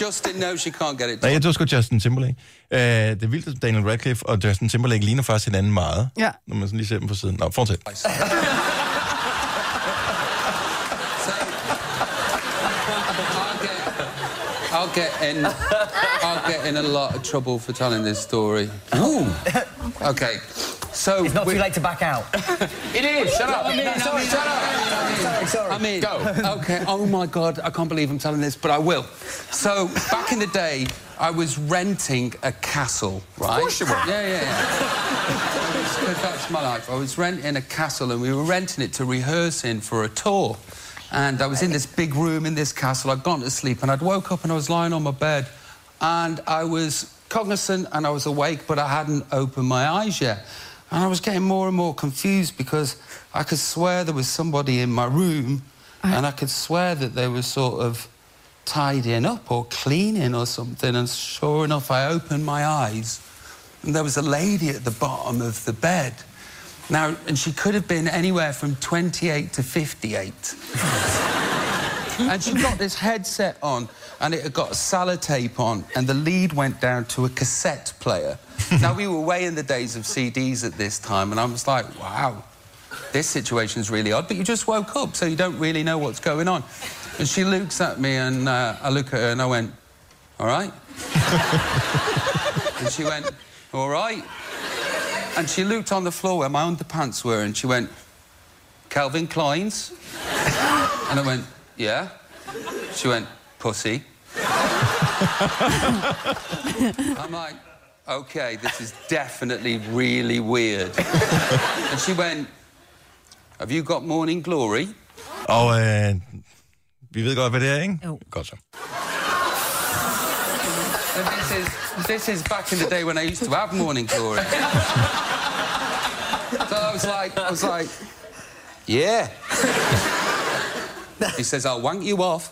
Justin knows she can't get it.
Nej, jeg tror sgu Justin Timberlake. Øh, det er vildt, at Daniel Radcliffe og Justin Timberlake ligner faktisk hinanden meget.
Ja.
Når man sådan lige ser dem på siden. Nå, fortsæt.
I'll get in. I'll get in a lot of trouble for telling this story. Ooh. Okay. So
Oh. It's not
we-
too late to back out.
It is. Shut up.
I mean,
No,
I
sorry,
mean,
shut up.
Sorry, sorry.
I mean, go. Okay. Oh my God, I can't believe I'm telling this, but I will. So back in the day, I was renting a castle, right?
course you were.
Yeah, yeah. yeah. It was- That's my life. I was renting a castle, and we were renting it to rehearse in for a tour. And I was in this big room in this castle. I'd gone to sleep, and I'd woke up, and I was lying on my bed, and I was cognizant, and I was awake, but I hadn't opened my eyes yet. And I was getting more and more confused because I could swear there was somebody in my room, and I could swear that they were sort of tidying up or cleaning or something. And sure enough, I opened my eyes, and there was a lady at the bottom of the bed. Now, and she could have been anywhere from 28 to 58. and she got this headset on, and it had got sellotape on, and the lead went down to a cassette player. now, we were way in the days of CDs at this time, and I was like, wow, this situation's really odd, but you just woke up, so you don't really know what's going on. And she looks at me, and uh, I look at her, and I went, all right? and she went, all right? And she looked on the floor where my underpants were, and she went, Calvin Klein's? and I went, yeah. She went, pussy. I'm like, okay, this is definitely really weird. and she went, have you got morning glory?
Og øh, vi ved godt, hvad det er, ikke? Jo. Godt så.
And this is this is back in the day when I used to have morning glory. so I was like, I was like, yeah. he says, I'll wank you off.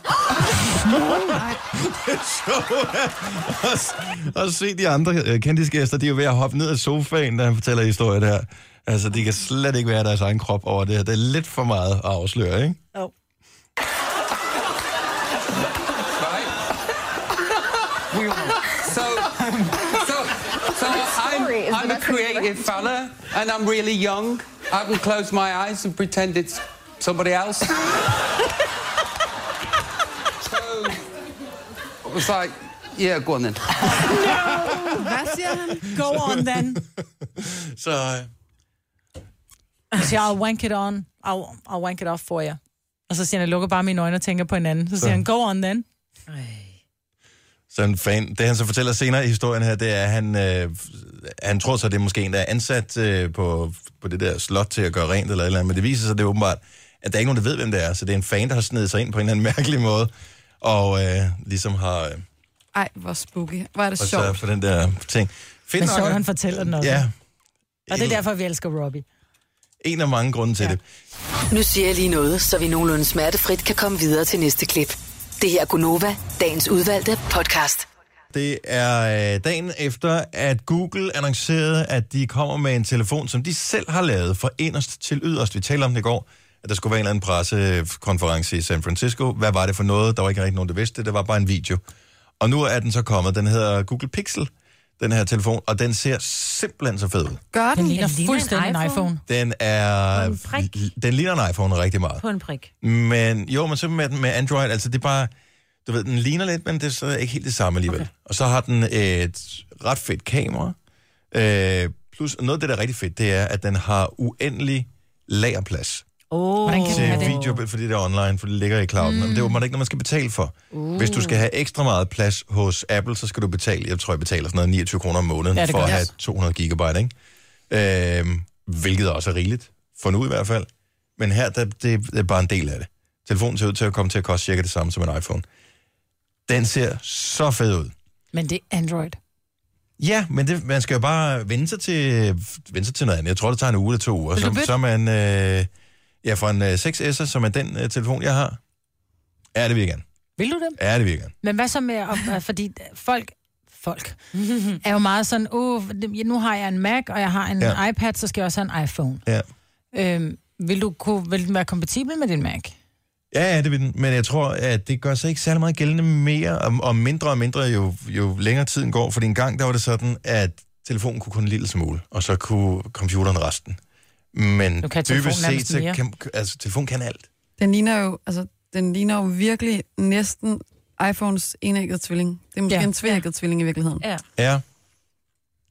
Og se de andre øh, kendisgæster, de er jo ved at hoppe ned af sofaen, da han fortæller historien her. Altså, de kan slet ikke være deres egen krop over det her. Det er lidt for meget at afsløre, ikke?
We so, so, so
Sorry,
I'm,
is
I'm
the
a
best thing
creative fella and I'm really young. I can close my eyes and pretend it's somebody else. so I was like, yeah, go on then.
Hvad siger han?
Go on then.
Så øh,
Så siger, Altså, jeg, I'll wank it on. I'll, I'll wank it off for jer. Og så siger han, jeg lukker bare mine øjne og tænker på hinanden. Så siger
Så.
han, go on then.
sådan en fan. Det, han så fortæller senere i historien her, det er, at han, øh, han tror så, det er måske en, der er ansat øh, på, på det der slot til at gøre rent eller et eller andet. Men det viser sig, det er åbenbart, at der er ikke nogen, der ved, hvem det er. Så det er en fan, der har snedet sig ind på en eller anden mærkelig måde. Og øh, ligesom har... Øh,
Ej, hvor spooky. Hvor er det
og
sjovt.
så for den der ting.
Men
nok,
sjovt,
at-
han fortæller den også.
Ja,
Og det er derfor, vi elsker Robbie.
en af mange grunde til ja. det.
Nu siger jeg lige noget, så vi nogenlunde smertefrit kan komme videre til næste klip. Det her er Gunova, dagens udvalgte podcast.
Det er øh, dagen efter, at Google annoncerede, at de kommer med en telefon, som de selv har lavet fra inderst til yderst. Vi talte om det i går, at der skulle være en eller anden pressekonference i San Francisco. Hvad var det for noget? Der var ikke rigtig nogen, der vidste det. Det var bare en video. Og nu er den så kommet. Den hedder Google Pixel, den her telefon, og den ser simpelthen så fed ud.
Gør den?
Den ligner fuldstændig en iPhone.
Den er...
På en prik.
Den ligner en iPhone rigtig meget.
På en prik.
Men jo, men så med, med Android, altså det er bare, du ved, den ligner lidt, men det er så ikke helt det samme alligevel. Okay. Og så har den et ret fedt kamera. Øh, plus noget af det, der er rigtig fedt, det er, at den har uendelig lagerplads
Oh.
Hvordan kan
til
den have det?
video, fordi det er online, for det ligger i clouden. Mm. Men det er jo ikke noget, man skal betale for.
Uh.
Hvis du skal have ekstra meget plads hos Apple, så skal du betale, jeg tror, jeg betaler sådan noget 29 kroner om måneden,
Ja,
ja,
det
for
gør
at
jeg
have
også.
200 gigabyte, ikke? Øhm, hvilket også er rigeligt, for nu i hvert fald. Men her, der, det, det er bare en del af det. Telefonen ser ud til at komme til at koste cirka det samme som en iPhone. Den ser så fed ud.
Men det er Android.
Ja, men det, man skal jo bare vende sig, til, vende sig til noget andet. Jeg tror, det tager en uge eller to uger.
Vil du
Så,
bytte?
så er man... Øh, ja, fra en øh, 6S'er, som er den øh, telefon, jeg har. Er det virkelig?
Vil du det?
Er det virkelig?
Men hvad så med, at- fordi folk, folk er jo meget sådan, åh, nu har jeg en Mac, og jeg har en
Ja.
ja. iPad, så skal jeg også have en iPhone.
Ja.
Øhm, vil, du kunne, vil den være kompatibel med din Mac?
Ja, ja, det vil den. Men jeg tror, at det gør sig ikke særlig meget gældende mere, og, og mindre og mindre, jo, jo længere tiden går. Fordi en gang, der var det sådan, at telefonen kunne kun en lille smule, og så kunne computeren resten. Men
Nu kan telefonen
dybest set,
nærmest
så
mere.
kan, altså, telefonen kan alt.
Den ligner jo, altså, den ligner jo virkelig næsten iPhones enægget tvilling. Det er måske
Ja.
en tvægget tvilling i virkeligheden.
Ja.
Ja.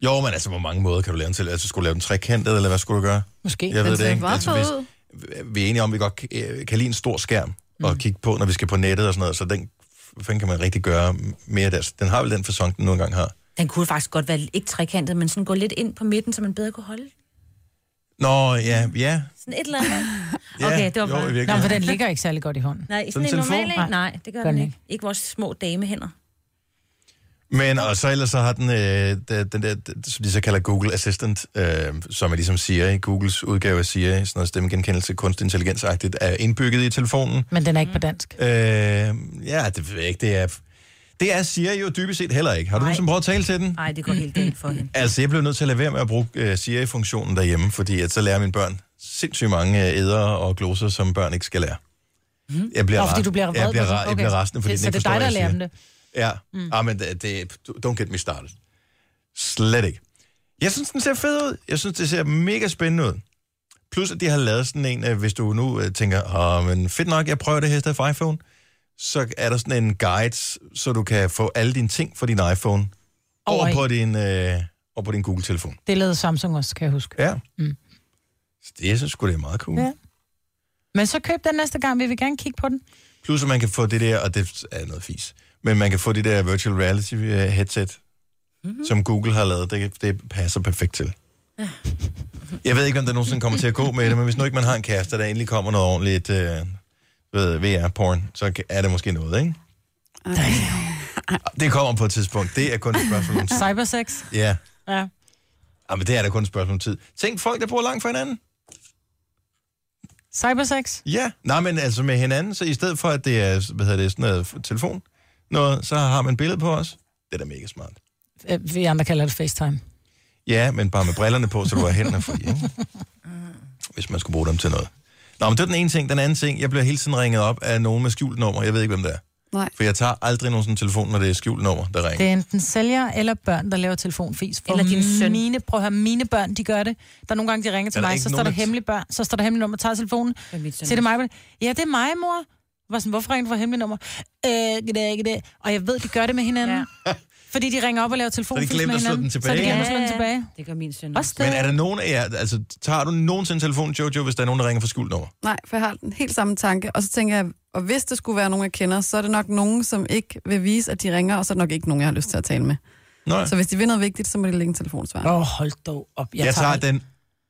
Jo, men altså, hvor mange måder kan du lave den til? Altså, skulle du lave den trekantet, eller hvad skulle du gøre?
Måske.
Jeg ved
Den
det
ser
ikke. Altså,
meget
hvis,
fed ud.
vi er enige om, at vi godt kan, øh, kan lide en stor skærm og kigge på, når vi skal på nettet og sådan noget, så den hvad fanden kan man rigtig gøre mere der. Den har vel den fasong, den nogle gange har.
Den kunne faktisk godt være ikke trekantet, men sådan gå lidt ind på midten, så man bedre kunne holde
Nå, ja, ja.
sådan et eller andet.
Ja,
okay, det var
jo,
bare...
i virkeligheden. Nå, for den
ligger ikke særlig godt i hånden.
Nej,
Sådan
sådan,
en
en normal
telefon?
en? Nej, det gør den ikke. Ikke vores små damehænder.
Men og så ellers så har den, øh, den, den der, d- som de så kalder Google Assistant, øh, som er ligesom Siri, Googles udgave af Siri, sådan noget stemmegenkendelse, kunstig intelligens-agtigt, er indbygget i telefonen.
Men den er ikke på dansk.
Øh, ja, det ved jeg ikke, det er... Det er Siri jo dybest set heller ikke. Har du nogensinde prøvet at tale til den?
Nej, det går helt galt for hende.
Altså, jeg blev nødt til at lade være med at bruge øh, Siri-funktionen derhjemme, fordi at så lærer mine børn sindssygt mange øh, æder og gloser, som børn ikke skal lære. Mm. Jeg
Mhm. Nå, fordi du bliver
jeg
vred
bliver,
på den.
ra- jeg
Okay.
bliver rasende, fordi
Det-
den
så
ikke
det er dig,
forstår,
der
hvad jeg
lærer dem
siger. Ja, mm. ah, men det, det, don't get me started. Slet ikke. Jeg synes, den ser fed ud. Jeg synes, det ser mega spændende ud. Plus, at de har lavet sådan en, øh, hvis du nu øh, tænker, åh, men fedt nok, jeg prøver det her i stedet for iPhone, så er der sådan en guide, så du kan få alle dine ting fra din iPhone over,
Over i-
på din, øh, over på din Google-telefon.
Det lavede Samsung også, kan jeg huske.
Ja.
Mm.
Så det, jeg synes sgu, det er meget cool. Ja.
Ja. Men så køb den næste gang, vi vil gerne kigge på den.
Plus, at man kan få det der, og det er noget fis, men man kan få det der virtual reality øh, headset, mm-hmm. som Google har lavet. Det, det passer perfekt til. Jeg ved ikke, om der nogensinde kommer til at gå med det, men hvis nu ikke man har en kæreste, der endelig kommer noget ordentligt øh, ved VR-porn, så kan- er det måske noget, ikke? Det kommer på et tidspunkt. Det er kun et spørgsmål om tid.
Cybersex.
Ja,
Ja.
ah, men det er da kun et spørgsmål om tid. Tænk folk, der bor langt fra hinanden.
Cybersex.
Ja, nej, men altså med hinanden, så i stedet for, at det er, hvad hedder det, sådan noget f- telefon, noget, så har man billede på os. Det er da mega smart.
Øh, Vi andre kalder det FaceTime.
Ja, men bare med brillerne på, så du har hænderne fri, ikke? Hvis man skulle bruge dem til noget. Nå, men det er den ene ting. Den anden ting, jeg bliver hele tiden ringet op af nogen med skjult nummer. Jeg ved ikke, hvem det er.
Nej.
For jeg tager aldrig nogensinde telefonen, når det er skjult nummer, der ringer.
Det er enten sælger eller børn, der laver telefonfis. For
Eller din søn.
Mine, prøv at høre, mine børn, de gør det. Der er nogle gange, de ringer
Er
til
der
mig,
ikke
så står
nogen,
der
der-
hemmelig børn, så står der hemmelig nummer, tager telefonen. Så er det mig, men- ja, det er mig, mor. Jeg Var sådan, hvorfor ringer du fra hemmelig nummer? Øh, det er ikke det. Og jeg ved, de gør det med hinanden. Ja. Fordi de ringer op og laver telefonfis med
glemte
hinanden.
at slå den
Så
tilbage.
de glemmer at slå den
Ja,
tilbage.
Det gør min søn.
Også
Men er der nogen af jer, altså tager du nogensinde telefonen, Jojo, hvis der er nogen, der ringer fra skjult nummer?
Nej, for jeg har den helt samme tanke. Og så tænker jeg, og hvis det skulle være nogen, jeg kender, så er det nok nogen, som ikke vil vise, at de ringer, og så er det nok ikke nogen, jeg har lyst til at tale med.
Nej.
Så hvis de vil noget vigtigt, så må de lægge en telefonsvar.
Åh, oh, hold dog op.
Jeg, jeg tager den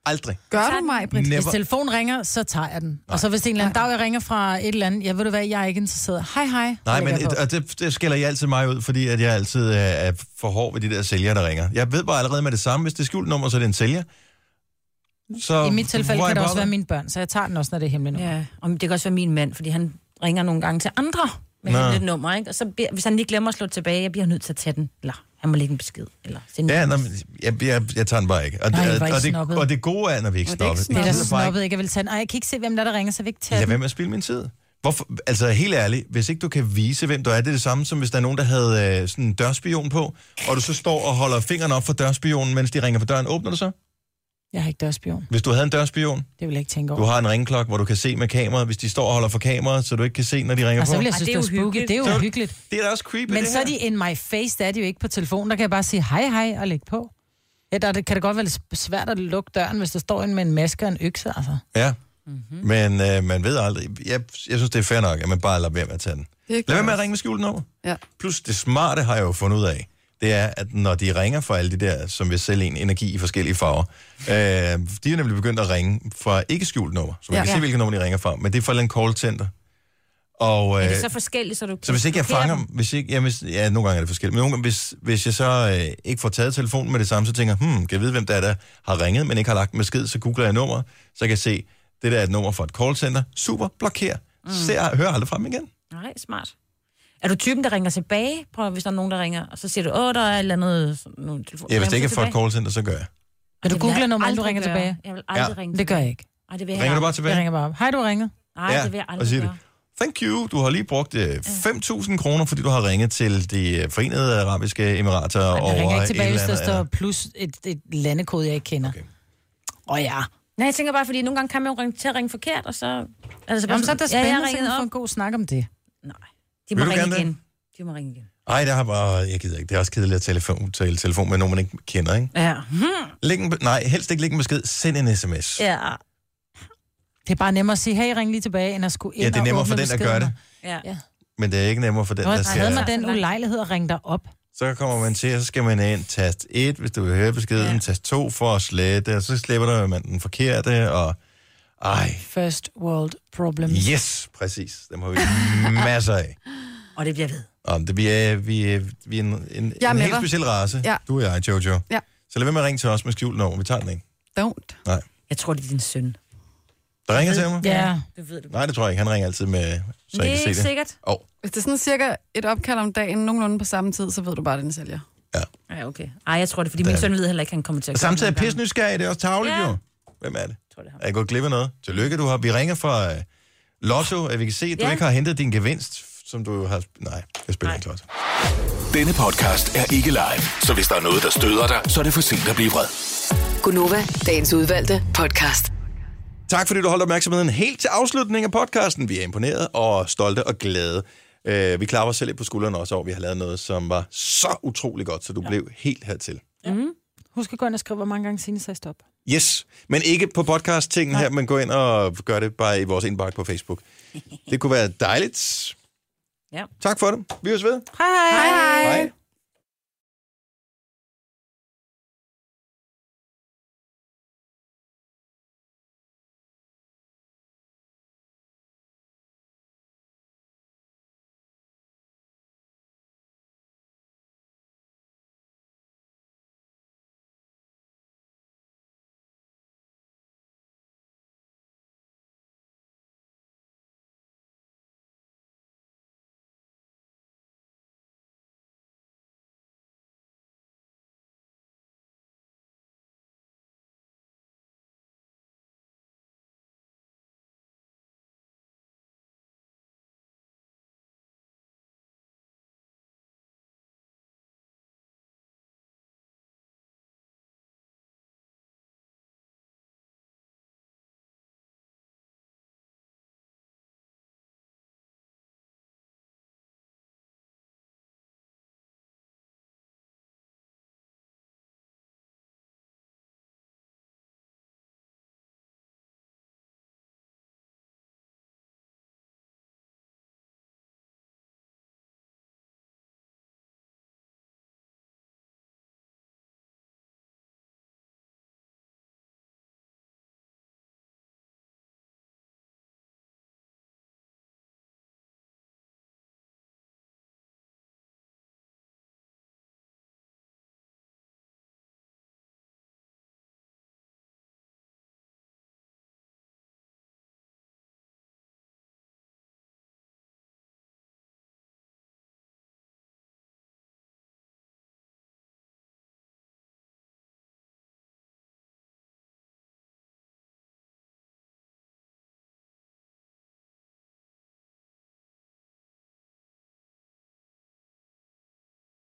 aldrig.
Gør du mig, Britt?
Never.
Hvis telefonen ringer, så tager jeg den. Og så hvis det er en eller anden dag, jeg ringer fra et eller andet, jeg ved du hvad, jeg er ikke interesseret. Hej, hej.
Nej, men
Lægger på.
et, og det, det skælder jeg altid mig ud, fordi at jeg altid er, er for hård ved de der sælgere, der ringer. Jeg ved bare allerede med det samme, hvis det er skjult nummer, så er det en sælger. Så
I mit tilfælde
øh, hvor er
kan det
jeg
også være
bothered?
mine børn, så jeg tager den også, når det er hemmeligt nummer.
Ja, og det kan også være min mand, fordi han ringer nogle gange til andre med
Nå.
et nummer, ikke? Og så bliver, hvis han lige glemmer at slå det tilbage, jeg bliver nødt til at tage den. Eller han må lægge en besked. Eller sende
Ja,
en
nå,
sms.
men jeg, jeg, jeg tager den bare ikke. Og,
Nej, hvor er I
og, det,
snobbede.
og det gode er, når vi ikke
Hvor er det
snopper.
ikke
Det er da snobbet ikke at vil tage den. Ej, jeg kan ikke se, hvem der, er, der ringer, så jeg vil ikke tage
Lad
den.
være med at spille min tid. Hvorfor? Altså helt ærligt, hvis ikke du kan vise, hvem du er, det er det samme som hvis der er nogen, der havde øh, sådan en dørspion på, og du så står og holder fingeren op for dørspionen, mens de ringer på døren. Åbner du så?
Jeg har ikke dørspion.
Hvis du havde en dørspion,
Det vil jeg ikke tænke over.
du har en ringklok, hvor du kan se med kameraet, hvis de står og holder for kameraet, så du ikke kan se, når de ringer
Og så
på.
vil jeg synes, det er spooky. Det er
Så-
jo hyggeligt.
Det er da også creepy,
Men
det
så er
her.
de in my face, det er de jo ikke på telefonen. Der kan jeg bare sige hej, hej og lægge på. Ja, der er det- kan det godt være lidt svært at lukke døren, hvis der står en med en maske og en økse, altså.
Ja,
Mhm.
mm-hmm. men øh, man ved aldrig. Jeg, jeg synes, det er fair nok, at man bare lader være med at tage den.
Det
Lad
kan
være med
også.
at ringe med skjult nummer.
Ja.
Plus det smarte har jeg jo fundet ud af, det er, at når de ringer fra alle de der, som vil sælge en energi i forskellige farver, øh, de er nemlig begyndt at ringe fra ikke skjult nummer, så man
Ja.
ja. kan se,
Ja.
hvilket nummer de ringer fra, men det er fra en call center. Og,
Er
øh,
det så forskelligt, så du
så hvis ikke jeg
blokerer
fanger
dem?
dem, hvis ikke, ja, hvis, ja, nogle gange er det forskelligt, men nogle gange, hvis, hvis jeg så øh, ikke får taget telefonen med det samme, så tænker jeg, hmm, kan jeg vide, hvem der, er, der har ringet, men ikke har lagt en besked, så googler jeg nummer, så kan jeg se, det der er et nummer fra et callcenter, super, blokér, mm. ser, hører aldrig frem igen.
Nej, smart. Er du typen, der ringer tilbage, på, hvis der er nogen, der ringer, og så siger du, åh, der er et eller andet... Sådan, nogle telefon.
Ja, hvis
Ringer
det ikke er
du
fra et
tilbage?
callcenter, så gør jeg.
Vil du
Det vil jeg
google nummeret, du
aldrig
ringer
gøre.
tilbage?
Jeg vil aldrig Ja. ringe
Det gør jeg ikke.
Ej, det vil jeg
Ringer
aldrig.
du bare tilbage?
Jeg ringer bare op. Hej, du har ringet.
Nej, det vil jeg
og
aldrig
siger det.
gøre.
Thank you, du har lige brugt øh, 5.000 kroner, fordi du har ringet til de øh, forenede arabiske emirater
Ej,
over
Jeg ringer ikke
et
tilbage, hvis
eller
der
andet.
står plus et, et landekode, jeg ikke kender. Okay. Åh ja.
Nej, jeg tænker bare, fordi nogle gange kan man jo ringe, til at ringe forkert, og så... Altså,
Jamen, så er det
ja, jeg
spændende, ja,
ringede
så kan vi få
op.
en god snak om det.
De må
Vil du
ringe
gerne det?
igen. De må ringe igen.
Ej, der har bare... Jeg gider ikke. Det er også kedeligt at telefon, tale telefon med nogen, man ikke kender, ikke?
Ja.
Læg en, be- nej, helst ikke lægge en besked. Send en sms.
ja. Det er bare nemmere at sige, hey, ring lige tilbage, end at skulle ind
Ja, det er
og
nemmere
åbne
for den, der gør
beskederne.
Ja.
ja.
Men det er ikke nemmere for den,
Nå,
der
havde man
siger...
den ulejlighed at ringe dig op?
Så kommer man til, og så skal man ind. Tast 1, hvis du vil høre beskeden. Ja. Tast 2 for at slette. Og så slipper der man den forkerte, og... Ej,
First world problems.
yes, præcis. Dem har vi masser af.
Og det bliver ved.
Om det, vi, er, vi, er, vi er en, en,
Jeg er
en
med
helt
dig.
speciel race.
Ja.
Du og jeg, Jojo.
Ja.
Så lad være med at ringe til os med skjult nummer. Vi tager den ikke.
Don't.
Nej.
Jeg tror, det er din søn.
Der ringer til mig?
Ja.
Du ved det.
Nej, det tror jeg ikke. Han ringer altid med, så jeg kan se det. Oh.
Hvis det er sådan cirka et opkald om dagen, nogenlunde på samme tid, så ved du bare, at den sælger.
Ja, okay. Ej, jeg tror det, fordi min
Da-
søn ved heller ikke, han kommer til
Og
at
samtidig er
gøre
pisse nysgerrig. Det er også tavligt,
Ja.
jo. Hvem er det? Er jeg gået glip af noget? Tillykke, du har. Vi ringer fra uh, Lotto, at vi kan se, at du
Ja.
ikke har hentet din gevinst, som du har... Nej, jeg spiller ikke Lotto.
Denne podcast er ikke live, så hvis der er noget, der støder dig, så er det for sent at blive vred.
Gunova, dagens udvalgte podcast.
Tak fordi du holdt opmærksomheden helt til afslutningen af podcasten. Vi er imponeret og stolte og glade. Uh, vi klapper os selv lidt på skuldrene også over, at vi har lavet noget, som var så utrolig godt, så du ja. blev helt hertil.
Ja. Mm. Husk at gå ind og skrive, hvor mange gange Signe sagde stop.
Yes, men ikke på podcast-tingen her, men gå ind og gør det bare i vores indbakke på Facebook. Det kunne være dejligt.
Ja.
Tak for det. Vi høres ved.
Hej hej.
Hej.